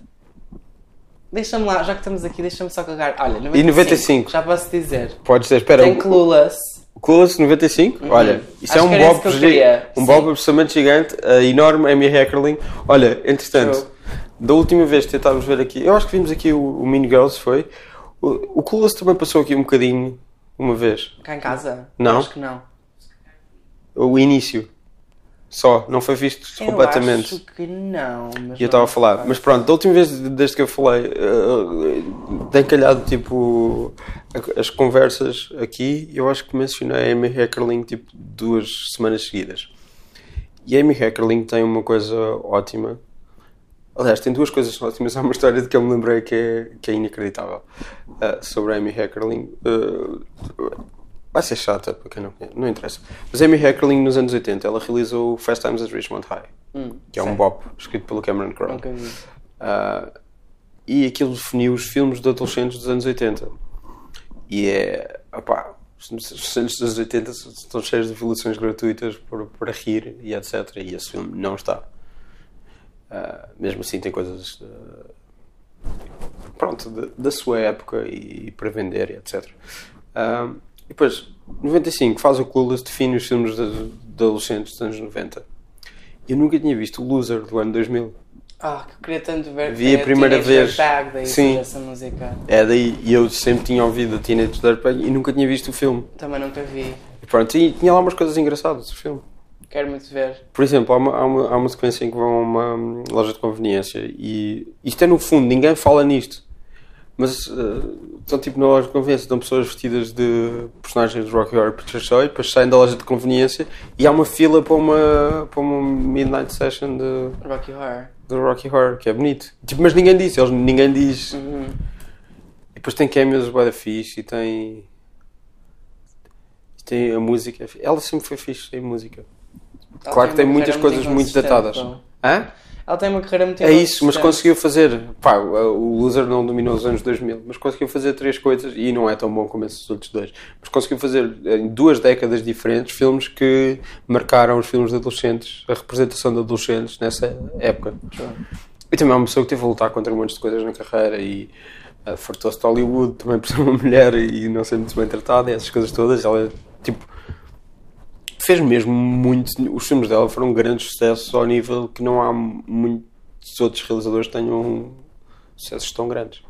S2: Deixa-me lá, já que estamos aqui, deixa-me só cagar. Olha, 95.
S3: E 95?
S2: Já posso dizer.
S3: Podes dizer, espera,
S2: Tem
S3: o
S2: Clueless.
S3: Clueless 95? Olha, isso
S2: Acho
S3: é um
S2: que era isso
S3: bop,
S2: que eu
S3: gigante,
S2: queria.
S3: um
S2: Sim.
S3: bop absolutamente gigante, a enorme Amy Heckerling. Olha, entretanto,
S2: True.
S3: da última vez que tentámos ver aqui, eu acho que vimos aqui o, o Mean Girls, foi? O, o Clueless também passou aqui um bocadinho, uma vez.
S2: Cá em casa?
S3: Não.
S2: Acho que não.
S3: O início. Só. Não foi visto completamente.
S2: Eu acho que não. Mas
S3: E eu estava a falar. Mas pronto, da última vez desde que eu falei, eh, eh, tem calhado tipo a- as conversas aqui. Eu acho que mencionei a Amy Heckerling tipo duas semanas seguidas. E a Amy Heckerling tem uma coisa ótima. Aliás, tem duas coisas ótimas. Há uma história de que eu me lembrei que é, que é inacreditável eh, sobre a Amy Heckerling. Eh, vai ser chata para quem não conhece, não interessa. Mas a Amy Heckerling, nos anos 80, ela realizou Fast Times at Richmond High, que é um
S2: sei.
S3: bop escrito pelo Cameron Crowe.
S2: Nunca vi.
S3: Ah, e aquilo definiu os filmes de adolescentes dos anos 80. E é. Opá, os adolescentes dos anos 80 estão cheios de violações gratuitas por- para rir e etc. E esse filme não está. Ah, mesmo assim, tem coisas. ah, pronto, da- da sua época e, para vender e etc. Ah, e depois, 95, faz o Clueless, define os filmes de, de adolescentes dos anos 90. Eu nunca tinha visto o Loser do ano 2000.
S2: Ah, que eu queria tanto ver.
S3: Vi a
S2: é
S3: primeira
S2: Teenage
S3: vez.
S2: Dirtbag, daí
S3: Sim.
S2: surge essa música.
S3: É daí, e eu sempre tinha ouvido a Teenage Dirtbag e nunca tinha visto o filme.
S2: Também nunca vi.
S3: E pronto, e tinha lá umas coisas engraçadas do filme.
S2: Quero muito ver.
S3: Por exemplo, há uma, há uma, há uma sequência em que vão a uma hum, loja de conveniência e isto é no fundo, ninguém fala nisto. Mas eh, estão tipo na loja de conveniência, estão pessoas vestidas de personagens de Rocky Horror Picture Show e depois saem da loja de conveniência e há uma fila para uma, para uma midnight session de,
S2: Rocky Horror.
S3: do Rocky Horror, que é bonito. Tipo, mas ninguém diz, eles, ninguém diz.
S2: Uhum.
S3: E depois tem cameos bué da fixe e tem. Tem a música. Ela sempre foi fixe em música.
S2: Ela
S3: claro que tem
S2: uma
S3: muitas
S2: carreira
S3: coisas muito
S2: inconsistente,
S3: datadas.
S2: pô.
S3: Hã?
S2: Ela tem uma carreira muito
S3: É isso, mas
S2: inconsistente.
S3: conseguiu fazer. Pá, o Loser não dominou os anos 2000, mas conseguiu fazer três coisas e não é tão bom como esses outros dois. Mas conseguiu fazer em duas décadas diferentes filmes que marcaram os filmes de adolescentes, a representação de adolescentes nessa época. E também é uma pessoa que teve a lutar contra um monte de coisas na carreira e ah, [laughs] fartou-se de Hollywood também por ser uma mulher e não ser muito bem tratada, e essas coisas todas. Ela, tipo, fez mesmo muito. Os filmes dela foram um grande sucesso ao nível que não há muitos outros realizadores que tenham sucessos tão grandes.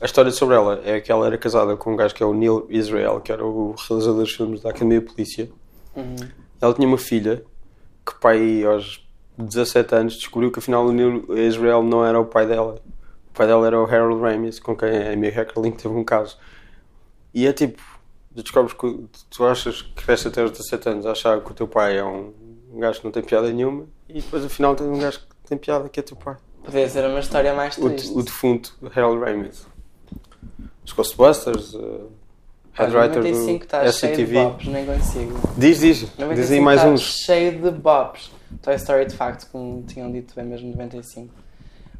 S3: A história sobre ela é que ela era casada com um gajo que é o Neil Israel, que era o realizador dos filmes da Academia de Polícia.
S2: Uhum.
S3: Ela tinha uma filha que, pai, aos 17 anos, descobriu que afinal o Neil Israel não era o pai dela. O pai dela era o Harold Ramis, com quem a Amy Heckerling teve um caso. E é tipo, tu descobres que tu achas que cresce até aos 17 anos a achar que o teu pai é um, um gajo que não tem piada nenhuma e depois afinal tens um gajo que tem piada que é teu pai.
S2: Podia ser uma história mais
S3: O,
S2: triste.
S3: o defunto Harold Ramis. Os Ghostbusters, uh,
S2: Pá,
S3: Headwriter
S2: 95
S3: do
S2: tá cheio de
S3: SCTV.
S2: bops, nem consigo.
S3: Diz, diz, diz aí
S2: 95
S3: mais
S2: tá
S3: uns.
S2: cheio de bops. Toy Story, de facto, como tinham dito, é mesmo 95.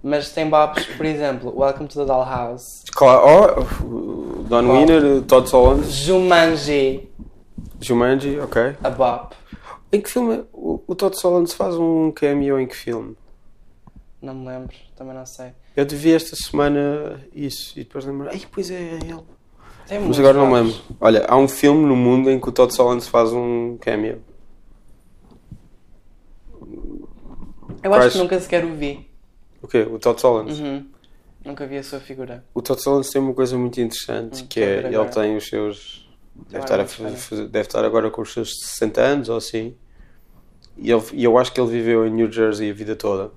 S2: Mas tem bops, por exemplo, Welcome to the Dollhouse,
S3: Claro, oh, Don
S2: Qual?
S3: Wiener, Todd Solondz,
S2: Jumanji,
S3: Jumanji, ok.
S2: a bop.
S3: Em que filme o, o Todd Solondz faz um cameo em que filme?
S2: Não me lembro, também não sei.
S3: Eu devia esta semana isso e depois lembrar. Ai, pois é, é ele.
S2: Tem
S3: Mas
S2: muitos
S3: agora não me
S2: bops.
S3: lembro. Olha, há um filme no mundo em que o Todd Solondz faz um cameo.
S2: Eu acho
S3: Parece-
S2: que nunca sequer o vi.
S3: O quê? O Todd Solondz.
S2: Uhum. Nunca vi a sua figura.
S3: O Todd Solondz tem uma coisa muito interessante
S2: Hum,
S3: que é,
S2: agora,
S3: ele
S2: agora.
S3: tem os seus... Deve estar,
S2: Agora
S3: a
S2: não
S3: fa- fazer- deve estar agora com os seus 60 anos ou assim. E ele- e eu acho que ele viveu em New Jersey a vida toda.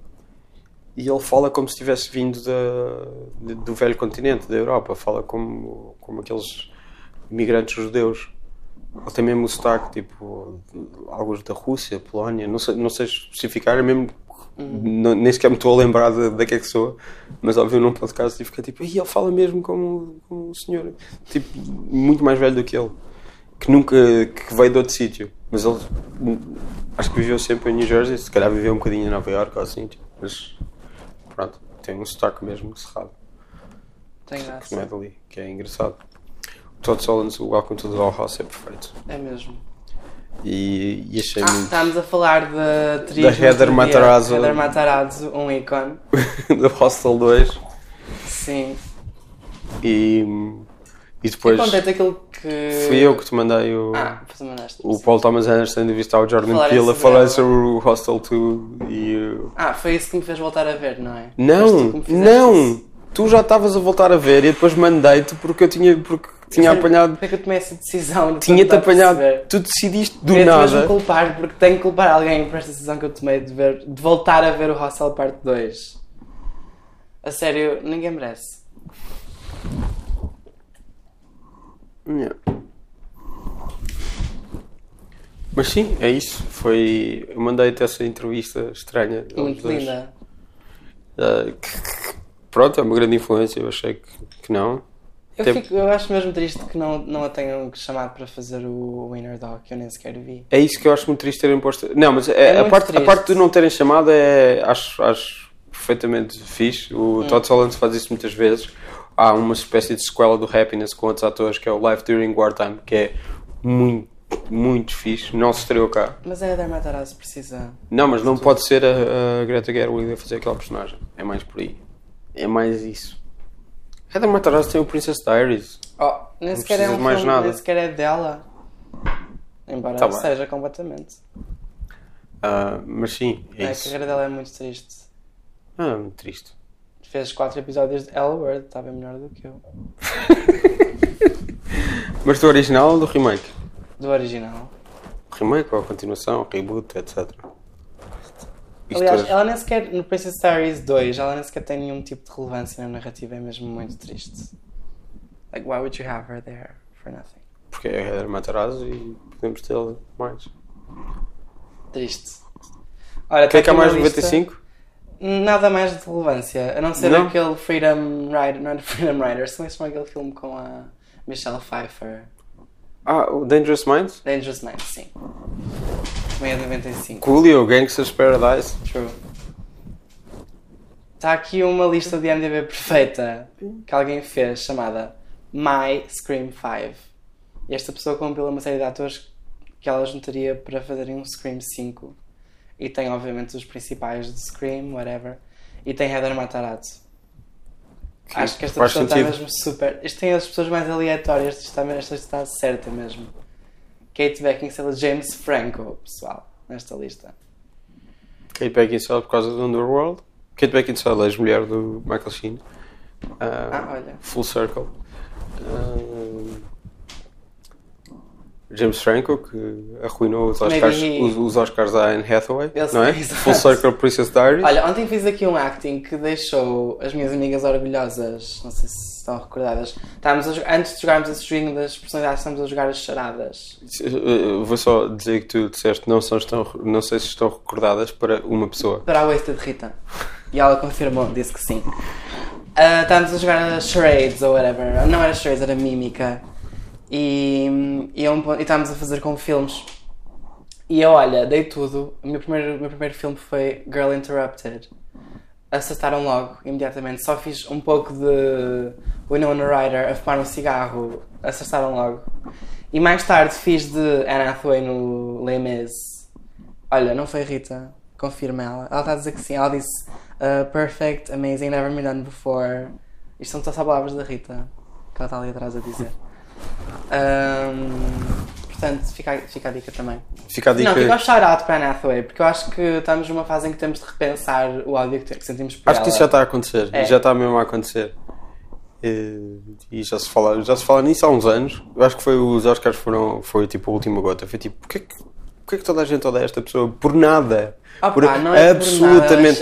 S3: E ele fala como se tivesse vindo da, de- do velho continente, da Europa. Fala como, como aqueles imigrantes judeus. Ele tem mesmo o sotaque, tipo, alguns da Rússia, Polónia, não sei, não sei especificar, é mesmo. não- nem sequer me estou a lembrar da, da que é que sou, mas óbvio num podcast e fica tipo, e ele fala mesmo como, como um senhor, tipo, muito mais velho do que ele, que nunca que veio de outro sítio, mas ele hum, acho que viveu sempre em New Jersey, se calhar viveu um bocadinho em Nova York ou assim, tipo, mas pronto, tem um sotaque mesmo cerrado
S2: Tem
S3: que não é
S2: graça.
S3: dali, que é engraçado. O Todd Solondz, o Welcome to the Dollhouse é perfeito.
S2: É mesmo.
S3: E, e achei
S2: Ah,
S3: muito. [laughs]
S2: estávamos a falar da atriz.
S3: Da
S2: no
S3: Heather
S2: outro dia.
S3: Matarazzo.
S2: Heather Matarazzo, um ícone.
S3: do Hostel 2
S2: Sim.
S3: e, e
S2: Pois.
S3: depois
S2: E contente aquilo que.
S3: fui eu que te mandei o,
S2: Ah, tu mandaste.
S3: o Paul Thomas Anderson entrevistar o Jordan
S2: Falarem
S3: Peele a
S2: sobre
S3: falar
S2: ela.
S3: sobre o Hostel 2 e o-
S2: Ah, foi isso que me fez voltar a ver, não é? Foste
S3: Não,
S2: tu que me fizeste
S3: não!
S2: isso.
S3: Tu já estavas a voltar a ver e depois mandei-te porque eu tinha, porque tinha
S2: Sério,
S3: apanhado.
S2: Como é que eu tomei essa decisão? Ainda
S3: Tinha-te
S2: estou a tentar
S3: apanhado.
S2: perceber.
S3: Tu decidiste do
S2: Queria-te
S3: nada.
S2: mesmo culpar, porque tenho que culpar alguém por esta decisão que eu tomei de, ver, de voltar a ver o Hostel Parte 2. A sério, ninguém merece.
S3: Yeah. Mas sim, é isso. Foi. Eu mandei-te essa entrevista estranha. aos
S2: Muito
S3: dois.
S2: linda.
S3: Ah, que- que- pronto, é uma grande influência, eu achei que, que não.
S2: Eu,
S3: Teve-
S2: fico- eu acho mesmo triste que não, não a tenham chamado para fazer o Winner Dog, que eu nem sequer vi.
S3: É isso que eu acho muito triste terem posto. Não, mas é-
S2: É
S3: a,
S2: muito
S3: parte, a
S2: triste.
S3: parte de não terem chamado é. Acho, acho perfeitamente fixe. O
S2: É.
S3: Todd Solondz faz isso muitas vezes. Há uma espécie de sequela do Happiness com outros atores que é o Life During Wartime, que é muito, muito fixe. Não se estreou cá.
S2: Mas é a Heather Matarazzo precisa.
S3: Não, mas não pode ser a, a Greta Gerwig a fazer aquela personagem. É mais por aí. É mais isso. Heather Matarazzo tem o Princess Diaries.
S2: Oh, nem
S3: Não
S2: sequer é
S3: precisa
S2: um
S3: de mais
S2: filme,
S3: nada.
S2: nem sequer é dela. Embora
S3: Tá bem.
S2: seja completamente.
S3: Ah, mas sim, é
S2: a
S3: isso.
S2: carreira dela é muito triste.
S3: Ah, muito triste.
S2: Fez quatro episódios de L Word, está bem melhor do que eu.
S3: [laughs] Mas do original ou do remake?
S2: Do original.
S3: Remake ou continuação, reboot, etc. Isto
S2: Aliás,
S3: é-
S2: ela nem sequer, no Princess Diaries 2, ela nem sequer tem nenhum tipo de relevância na narrativa, é mesmo muito triste. Like, why would you have her there for nothing?
S3: Porque é a Heather Matarazzo e podemos tê-la mais.
S2: Triste. Olha,
S3: O que é
S2: tá
S3: que
S2: aqui
S3: há mais de
S2: uma lista.
S3: 95?
S2: Nada mais de relevância, a não ser
S3: Não?
S2: aquele Freedom Rider, não é Freedom Rider, se não é só aquele filme com a Michelle Pfeiffer,
S3: Ah, o Dangerous Minds?
S2: Dangerous Minds, sim. Meia de 95,
S3: Coolio, Gangsters Paradise.
S2: true. Está Tá aqui uma lista de MDB perfeita que alguém fez, chamada My Scream 5. E esta pessoa compila uma série de atores que ela juntaria para fazerem um Scream 5. E tem, obviamente, os principais de Scream, whatever. E tem Heather Matarazzo. Acho que esta
S3: faz
S2: pessoa tá está
S3: sentido.
S2: tá mesmo super. Isto tem as pessoas mais aleatórias, isto está, esta está certa mesmo. Kate Beckinsale, James Franco, pessoal, nesta lista.
S3: Kate Beckinsale por causa do Underworld. Kate Beckinsale, a ex-mulher do Michael Sheen. Ah,
S2: Ah, olha.
S3: Full Circle. Ah, James Franco, que arruinou os
S2: Maybe
S3: Oscars,
S2: he-
S3: os, os Oscars à Anne Hathaway,
S2: Eu sei,
S3: não é?
S2: exato.
S3: Full Circle Princess Diaries.
S2: Olha, ontem fiz aqui um acting que deixou as minhas amigas orgulhosas, não sei se estão recordadas. Estávamos a jo- antes de jogarmos esse joguinho das personalidades, estávamos a jogar as charadas.
S3: Eh, eh, Vou só dizer que tu disseste não, são, estão, não sei se estão recordadas para uma pessoa.
S2: Para a Wasted Rita. E ela confirmou, disse que sim. Ah, estávamos a jogar as charades ou whatever. Não era charades, era mímica. E, e, a um ponto- e estávamos a fazer com filmes. E eu, olha, dei tudo. O meu primeiro, o meu primeiro filme foi Girl Interrupted. Acertaram logo, imediatamente. Só fiz um pouco de Winona Ryder a fumar um cigarro. Acertaram logo. E mais tarde fiz de Anne Hathaway no Les Mis. Olha, não foi Rita. Confirma ela. Ela está a dizer que sim. Ela disse "Uh, Perfect, amazing, never been done before. Isto são só palavras da Rita que ela está ali atrás a dizer. Ahm, portanto, fica a, fica a dica também.
S3: Fica a dica. é-
S2: Não, fica o shout-out para a Anne Hathaway, porque eu acho que estamos numa fase em que temos de repensar o ódio que, te- que sentimos por
S3: Acho que
S2: ela.
S3: isso já tá está a acontecer.
S2: É.
S3: Já está mesmo a acontecer. Eh, E já se, fala, já se fala nisso há uns anos. Eu acho que foi os Oscars foram foi tipo a última gota. Foi tipo, porquê que, porquê que toda a gente odeia esta pessoa? Por nada.
S2: Ah,
S3: por
S2: pá, não é por
S3: absolutamente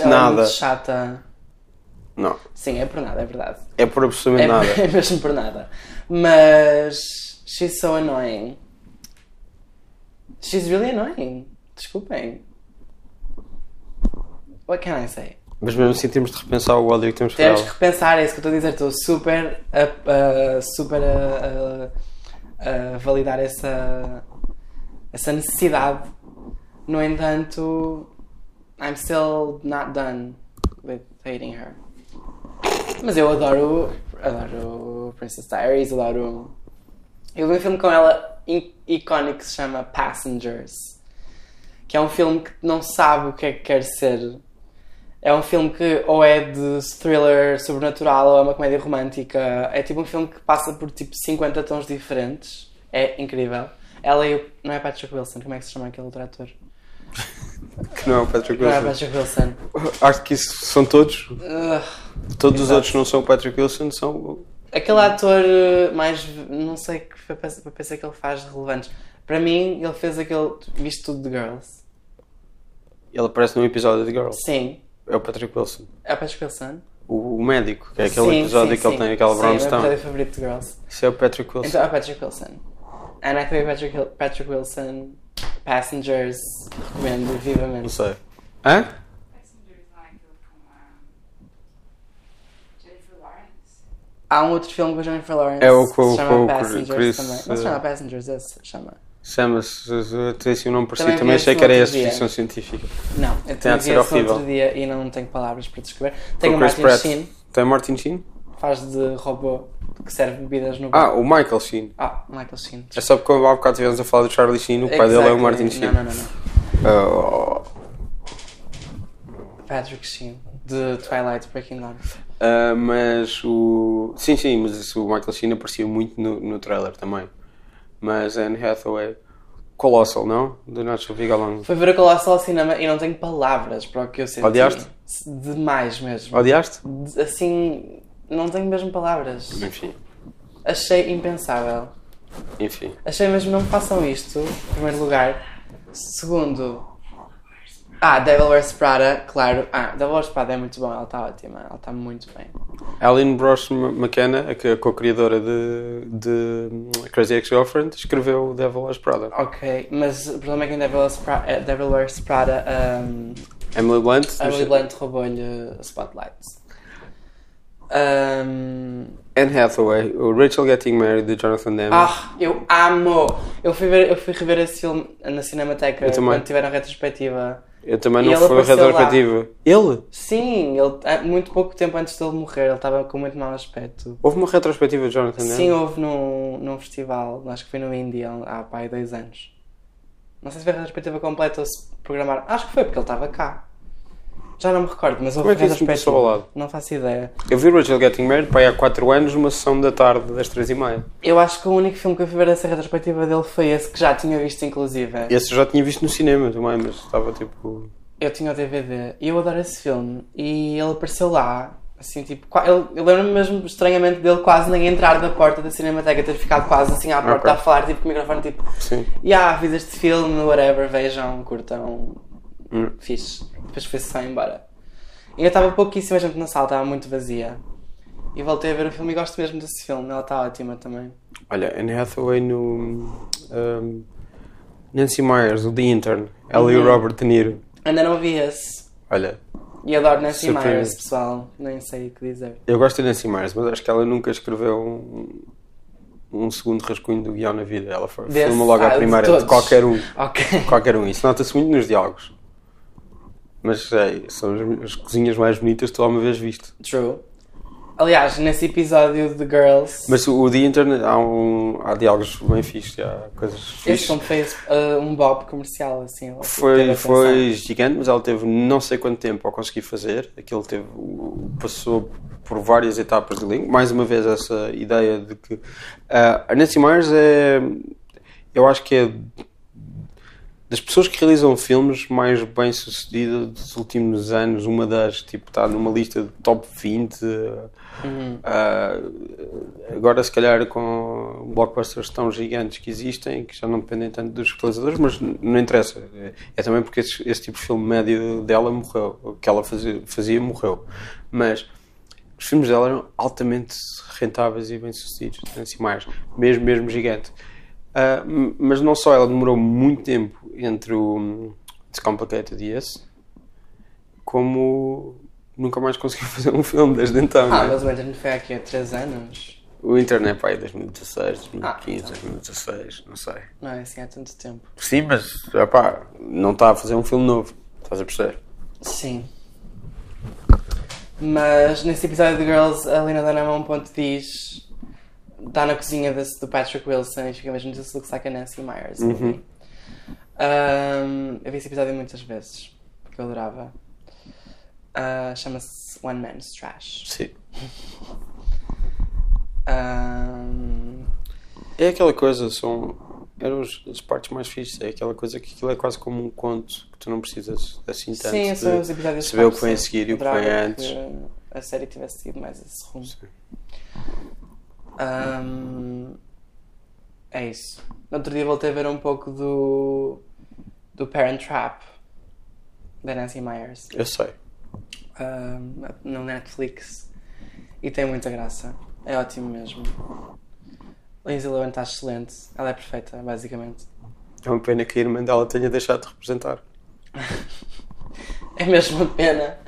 S2: nada. ela é
S3: nada.
S2: muito chata.
S3: Não,
S2: Sim, é por nada, é verdade.
S3: é por absolutamente
S2: É, [laughs]
S3: nada.
S2: é mesmo por nada. Mas. She's so annoying. She's really annoying. Desculpem. What can I say?
S3: Mas mesmo assim temos de repensar o ódio que temos por
S2: Temos que
S3: ela.
S2: repensar, é isso que eu estou a dizer. Estou super a, a- super a, a- a validar essa, essa necessidade. No entanto, I'm still not done with hating her. Mas eu adoro, adoro Princess Diaries, adoro. Eu vi um filme com ela in- icónico que se chama Passengers, que é um filme que não sabe o que é que quer ser. É um filme que ou é de thriller sobrenatural ou é uma comédia romântica. É tipo um filme que passa por tipo 50 tons diferentes. É incrível. Ela e o. Não é Patrick Wilson, como é que se chama aquele outro ator?
S3: Que não é o Patrick
S2: Não é
S3: Wilson.
S2: Patrick Wilson.
S3: Acho que isso são todos.
S2: Ugh.
S3: Todos os
S2: Exato.
S3: outros não são o Patrick Wilson, são. o-
S2: Aquele ator eh, mais. v- Não sei que papéis papéis é que ele faz relevantes. Para mim, ele fez aquele. Viste tudo de Girls.
S3: Ele aparece num episódio de Girls.
S2: Sim.
S3: É o Patrick Wilson.
S2: É Patrick Wilson?
S3: O, o médico, que é aquele
S2: Sim,
S3: episódio
S2: sim,
S3: que ele
S2: sim.
S3: tem aquela
S2: Sim, é o meu
S3: brownstone.
S2: episódio favorito de Girls.
S3: Isso é o Patrick Wilson.
S2: Então, é Patrick Wilson. Anna Hathaway, Patrick, Hil- Patrick Wilson, Passengers, recomendo
S3: Não
S2: vivamente.
S3: sei. Hã?
S4: Passengers lá, aquele com a um, Jennifer Lawrence.
S2: Há um outro filme com a Jennifer Lawrence
S3: É o com-
S2: que se
S3: com
S2: chama
S3: o
S2: Passengers
S3: Chris,
S2: também. Não se
S3: eh,
S2: chama Passengers, esse chama.
S3: Chama-se. eu Tenho assim o nome por si.
S2: Também vi
S3: Também
S2: esse
S3: achei que era
S2: outro
S3: essa
S2: dia.
S3: ficção científica.
S2: Não, eu
S3: Tem
S2: tenho vi
S3: de ser
S2: esse
S3: horrível.
S2: outro dia e não tenho palavras para descrever. Tem
S3: Com
S2: o
S3: Chris
S2: Martin
S3: Pratt.
S2: Sheen,
S3: Tem Martin Sheen?
S2: faz de robô que serve bebidas no
S3: Ah,
S2: bar.
S3: o Michael Sheen.
S2: Ah, Michael Sheen.
S3: É só porque há bocado estivemos a falar do Charlie Sheen. O pai dele é o
S2: Exactly.
S3: Martin Sheen.
S2: Não, não, não, não.
S3: Ah,
S2: Patrick Sheen, de Twilight Breaking Dawn.
S3: ah, mas o. Sim, sim, mas isso, o Michael Sheen aparecia muito no, no trailer também. Mas Anne Hathaway. Colossal, não? Do Nacho Vigalong.
S2: Foi ver a Colossal ao cinema e não tenho palavras para o que eu senti.
S3: Odiaste?
S2: Demais mesmo.
S3: Odiaste?
S2: De- Assim, não tenho mesmo palavras.
S3: Enfim.
S2: Achei impensável.
S3: Enfim.
S2: Achei mesmo, não façam isto, em primeiro lugar. Segundo, ah, Devil Wears Prada, claro. Ah, Devil Wears Prada é muito bom, ela está ótima, ela está muito bem.
S3: Alan Brosh McKenna, a que- a co-criadora de, de hum, Crazy Ex-Girlfriend, escreveu Devil Wears Prada.
S2: Ok, mas o problema é que em Devil Wears Prada, eh, Devil Wears Prada ahm,
S3: Emily Blunt,
S2: a Emily Blunt roubou-lhe Spotlight. Ahm,
S3: Anne Hathaway, o Rachel Getting Married, de Jonathan Demme.
S2: Ah, eu amo! Eu fui, ver, eu fui rever esse filme na Cinemateca
S3: Eu também.
S2: quando tiveram a retrospectiva.
S3: eu também
S2: e
S3: não
S2: ele
S3: fui
S2: apareceu
S3: retrospectiva. Ele?
S2: Sim, ele, há muito pouco tempo antes dele morrer, ele estava com muito mau aspecto.
S3: Houve uma retrospectiva de Jonathan Demme?
S2: Sim, houve num, num festival, acho que foi no Índia, há pá, aí dois anos. Não sei se foi a retrospectiva completa ou se programaram. Acho que foi, porque ele estava cá. Já não me recordo, mas
S3: Como
S2: houve
S3: é que
S2: cada
S3: isso me
S2: aspecto.
S3: passou ao lado?
S2: Não faço ideia.
S3: Eu vi o Rachel Getting Married para aí há 4 anos numa sessão da tarde das 3 e meia.
S2: Eu acho que o único filme que eu fui ver dessa retrospectiva dele foi esse que já tinha visto, inclusive.
S3: Esse eu já tinha visto no cinema também, mas estava tipo.
S2: Eu tinha o DVD e eu adoro esse filme. E ele apareceu lá, assim, tipo, qua- ele- eu lembro-me mesmo estranhamente dele quase nem entrar da porta da Cinemateca, ter ficado quase assim à porta
S3: Ok.
S2: a falar, tipo, com o microfone, tipo,
S3: Sim.
S2: yeah, fiz este filme, whatever, vejam, curtam,
S3: Hum.
S2: fixe. Depois foi-se só embora. E eu estava pouquíssima gente na sala, estava muito vazia. E voltei a ver o filme e gosto mesmo desse filme, ela está ótima também.
S3: Olha, Anne Hathaway no. um, Nancy Myers, o The Intern. Ela e o
S2: Uhum.
S3: Robert De Niro.
S2: Ainda não vi esse.
S3: Olha,
S2: E adoro Nancy
S3: Surpresa.
S2: Myers, pessoal. Nem sei o que dizer.
S3: eu gosto de Nancy Myers, mas acho que ela nunca escreveu um, um segundo rascunho do guião na vida. Ela foi,
S2: Desse-
S3: filma logo
S2: ah,
S3: à
S2: de
S3: primeira de,
S2: todos.
S3: qualquer um.
S2: Ok. [laughs]
S3: Qualquer um. Isso nota-se muito nos diálogos. Mas sei, são as, as cozinhas mais bonitas que tu alguma vez viste.
S2: True. Aliás, nesse episódio de Girls,
S3: Mas o, o The Intern, há, um, há diálogos bem fixos, há coisas
S2: esse
S3: fixes.
S2: filme fez ah, um bop comercial, assim. eu teve
S3: Foi,
S2: a
S3: foi gigante, mas ela teve não sei quanto tempo a conseguir fazer. Aquilo teve, passou por várias etapas de língua. Mais uma vez, essa ideia de que. ah, a Nancy Myers é. Eu acho que é. Das pessoas que realizam filmes mais bem sucedida dos últimos anos, uma das, tipo, está numa lista de top 20. ah, agora, se calhar, com blockbusters tão gigantes que existem, que já não dependem tanto dos realizadores, mas n- não interessa. É também porque esse, esse tipo de filme médio dela morreu, o que ela fazia, fazia morreu. Mas os filmes dela eram altamente rentáveis e bem-sucedidos, assim mais, mesmo, mesmo gigante. Ah, m- mas não só, ela demorou muito tempo entre o hum, It's Complicated e esse, como nunca mais conseguiu [laughs] fazer um filme desde então.
S2: Ah,
S3: né?
S2: mas o Anthony foi aqui há 3 anos.
S3: O internet pá, é aí 2016, 2015,
S2: Ah,
S3: 2016, não sei.
S2: Não é assim há tanto tempo.
S3: Sim, mas epá, não está a fazer um filme novo. Estás a perceber?
S2: Sim. Mas nesse episódio de Girls, a Lina Dunham a um ponto diz... Está na cozinha desse- do Patrick Wilson e fica mesmo disso que saca Nancy Myers.
S3: Uhum.
S2: Ahm, eu vi esse episódio muitas vezes, porque eu adorava. Ah, Chama-se One Man's Trash.
S3: Sim.
S2: Ahm,
S3: É aquela coisa, são. Eram os- as partes mais fixas. É aquela coisa que aquilo é quase como um conto que tu não precisas assim tanto.
S2: sim,
S3: de-
S2: são os episódios
S3: saber o que
S2: fáceis.
S3: vem a seguir e o que
S2: Adorava
S3: vem antes.
S2: a série tivesse sido mais esse rumo.
S3: Sim.
S2: Ahm, é isso. No outro dia voltei a ver um pouco do, do Parent Trap da Nancy Myers
S3: Eu sei.
S2: ahm, no Netflix e tem muita graça. É ótimo mesmo. Lindsay Lohan está excelente. Ela é perfeita, basicamente.
S3: É uma pena que a irmã dela tenha deixado de representar.
S2: [laughs] É mesmo uma pena.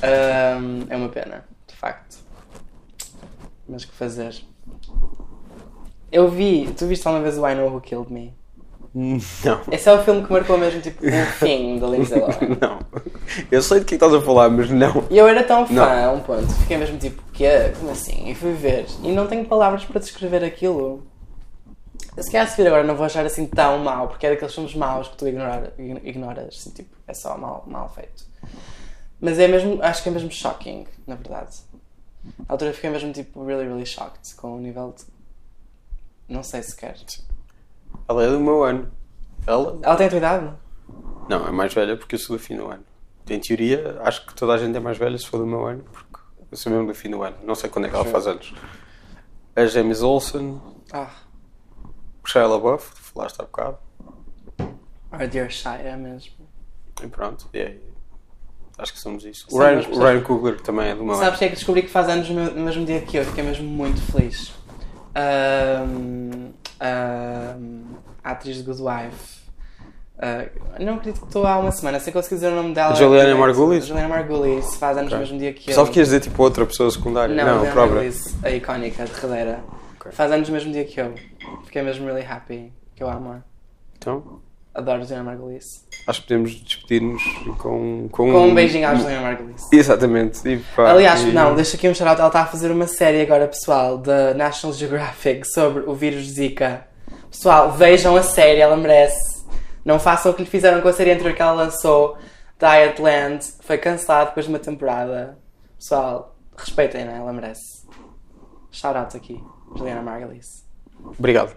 S2: Ahm, é uma pena, de facto. Mas que fazer? Eu vi, tu viste alguma vez o I Know Who Killed Me?
S3: Não.
S2: Esse é o filme que marcou mesmo tipo o fim da Lindsay Lohan.
S3: [laughs] Não. Eu sei de que estás a falar, mas não.
S2: E eu era tão fã a um ponto, fiquei mesmo tipo, que Como assim? E fui ver. E não tenho palavras para descrever aquilo. Eu Se calhar se vir agora não vou achar assim tão mau, porque é daqueles filmes maus que tu ignorar, ign- ignoras, assim, tipo, é só mal, mal feito. Mas é mesmo, acho que é mesmo shocking, na verdade. Na altura fiquei mesmo tipo, really, really shocked com o nível de. Não sei sequer.
S3: Ela é do meu ano. Ela?
S2: Ela tem a tua idade?
S3: Não, é mais velha porque eu sou do fim do ano. Em teoria, acho que toda a gente é mais velha se for do meu ano, porque eu sou mesmo do fim do ano. Não sei quando é que ela
S2: Sim.
S3: faz anos. A James Olsen,
S2: Ah,
S3: o Shia LaBeouf, que falaste há bocado,
S2: our dear Shia mesmo.
S3: e pronto. E é aí, acho que somos isso.
S2: Sim,
S3: O Ryan,
S2: mas
S3: o Ryan Coogler também é do meu ano.
S2: Sabes que é que descobri que faz anos no meu- no mesmo dia que eu? Fiquei mesmo muito feliz. Ahm, ahm, a atriz de Good Wife. Ah, não acredito que estou há uma semana, se eu conseguir dizer o nome dela.
S3: Juliana
S2: direito.
S3: Margulis?
S2: Juliana Margulis faz anos
S3: Ok.
S2: no mesmo dia que eu.
S3: Só que ias dizer tipo outra pessoa secundária.
S2: Não,
S3: Não,
S2: Juliana
S3: própria.
S2: Margulis, a icónica, a derradeira.
S3: Ok.
S2: Faz anos no mesmo dia que eu. Fiquei mesmo really happy, que eu amo.
S3: Então,
S2: Adoro Juliana Margulis.
S3: acho que podemos despedir-nos com, com,
S2: Com um beijinho à Juliana Margulis.
S3: Exatamente. E pá,
S2: Aliás,
S3: e-
S2: não, deixa aqui um shout-out. Ela está a fazer uma série agora, pessoal, da National Geographic sobre o vírus Zika. Pessoal, vejam a série, ela merece. Não façam o que lhe fizeram com a série anterior que ela lançou. Dietland foi cancelado depois de uma temporada. Pessoal, respeitem, né? Ela merece. Shout out aqui, Juliana Margulies.
S3: Obrigado.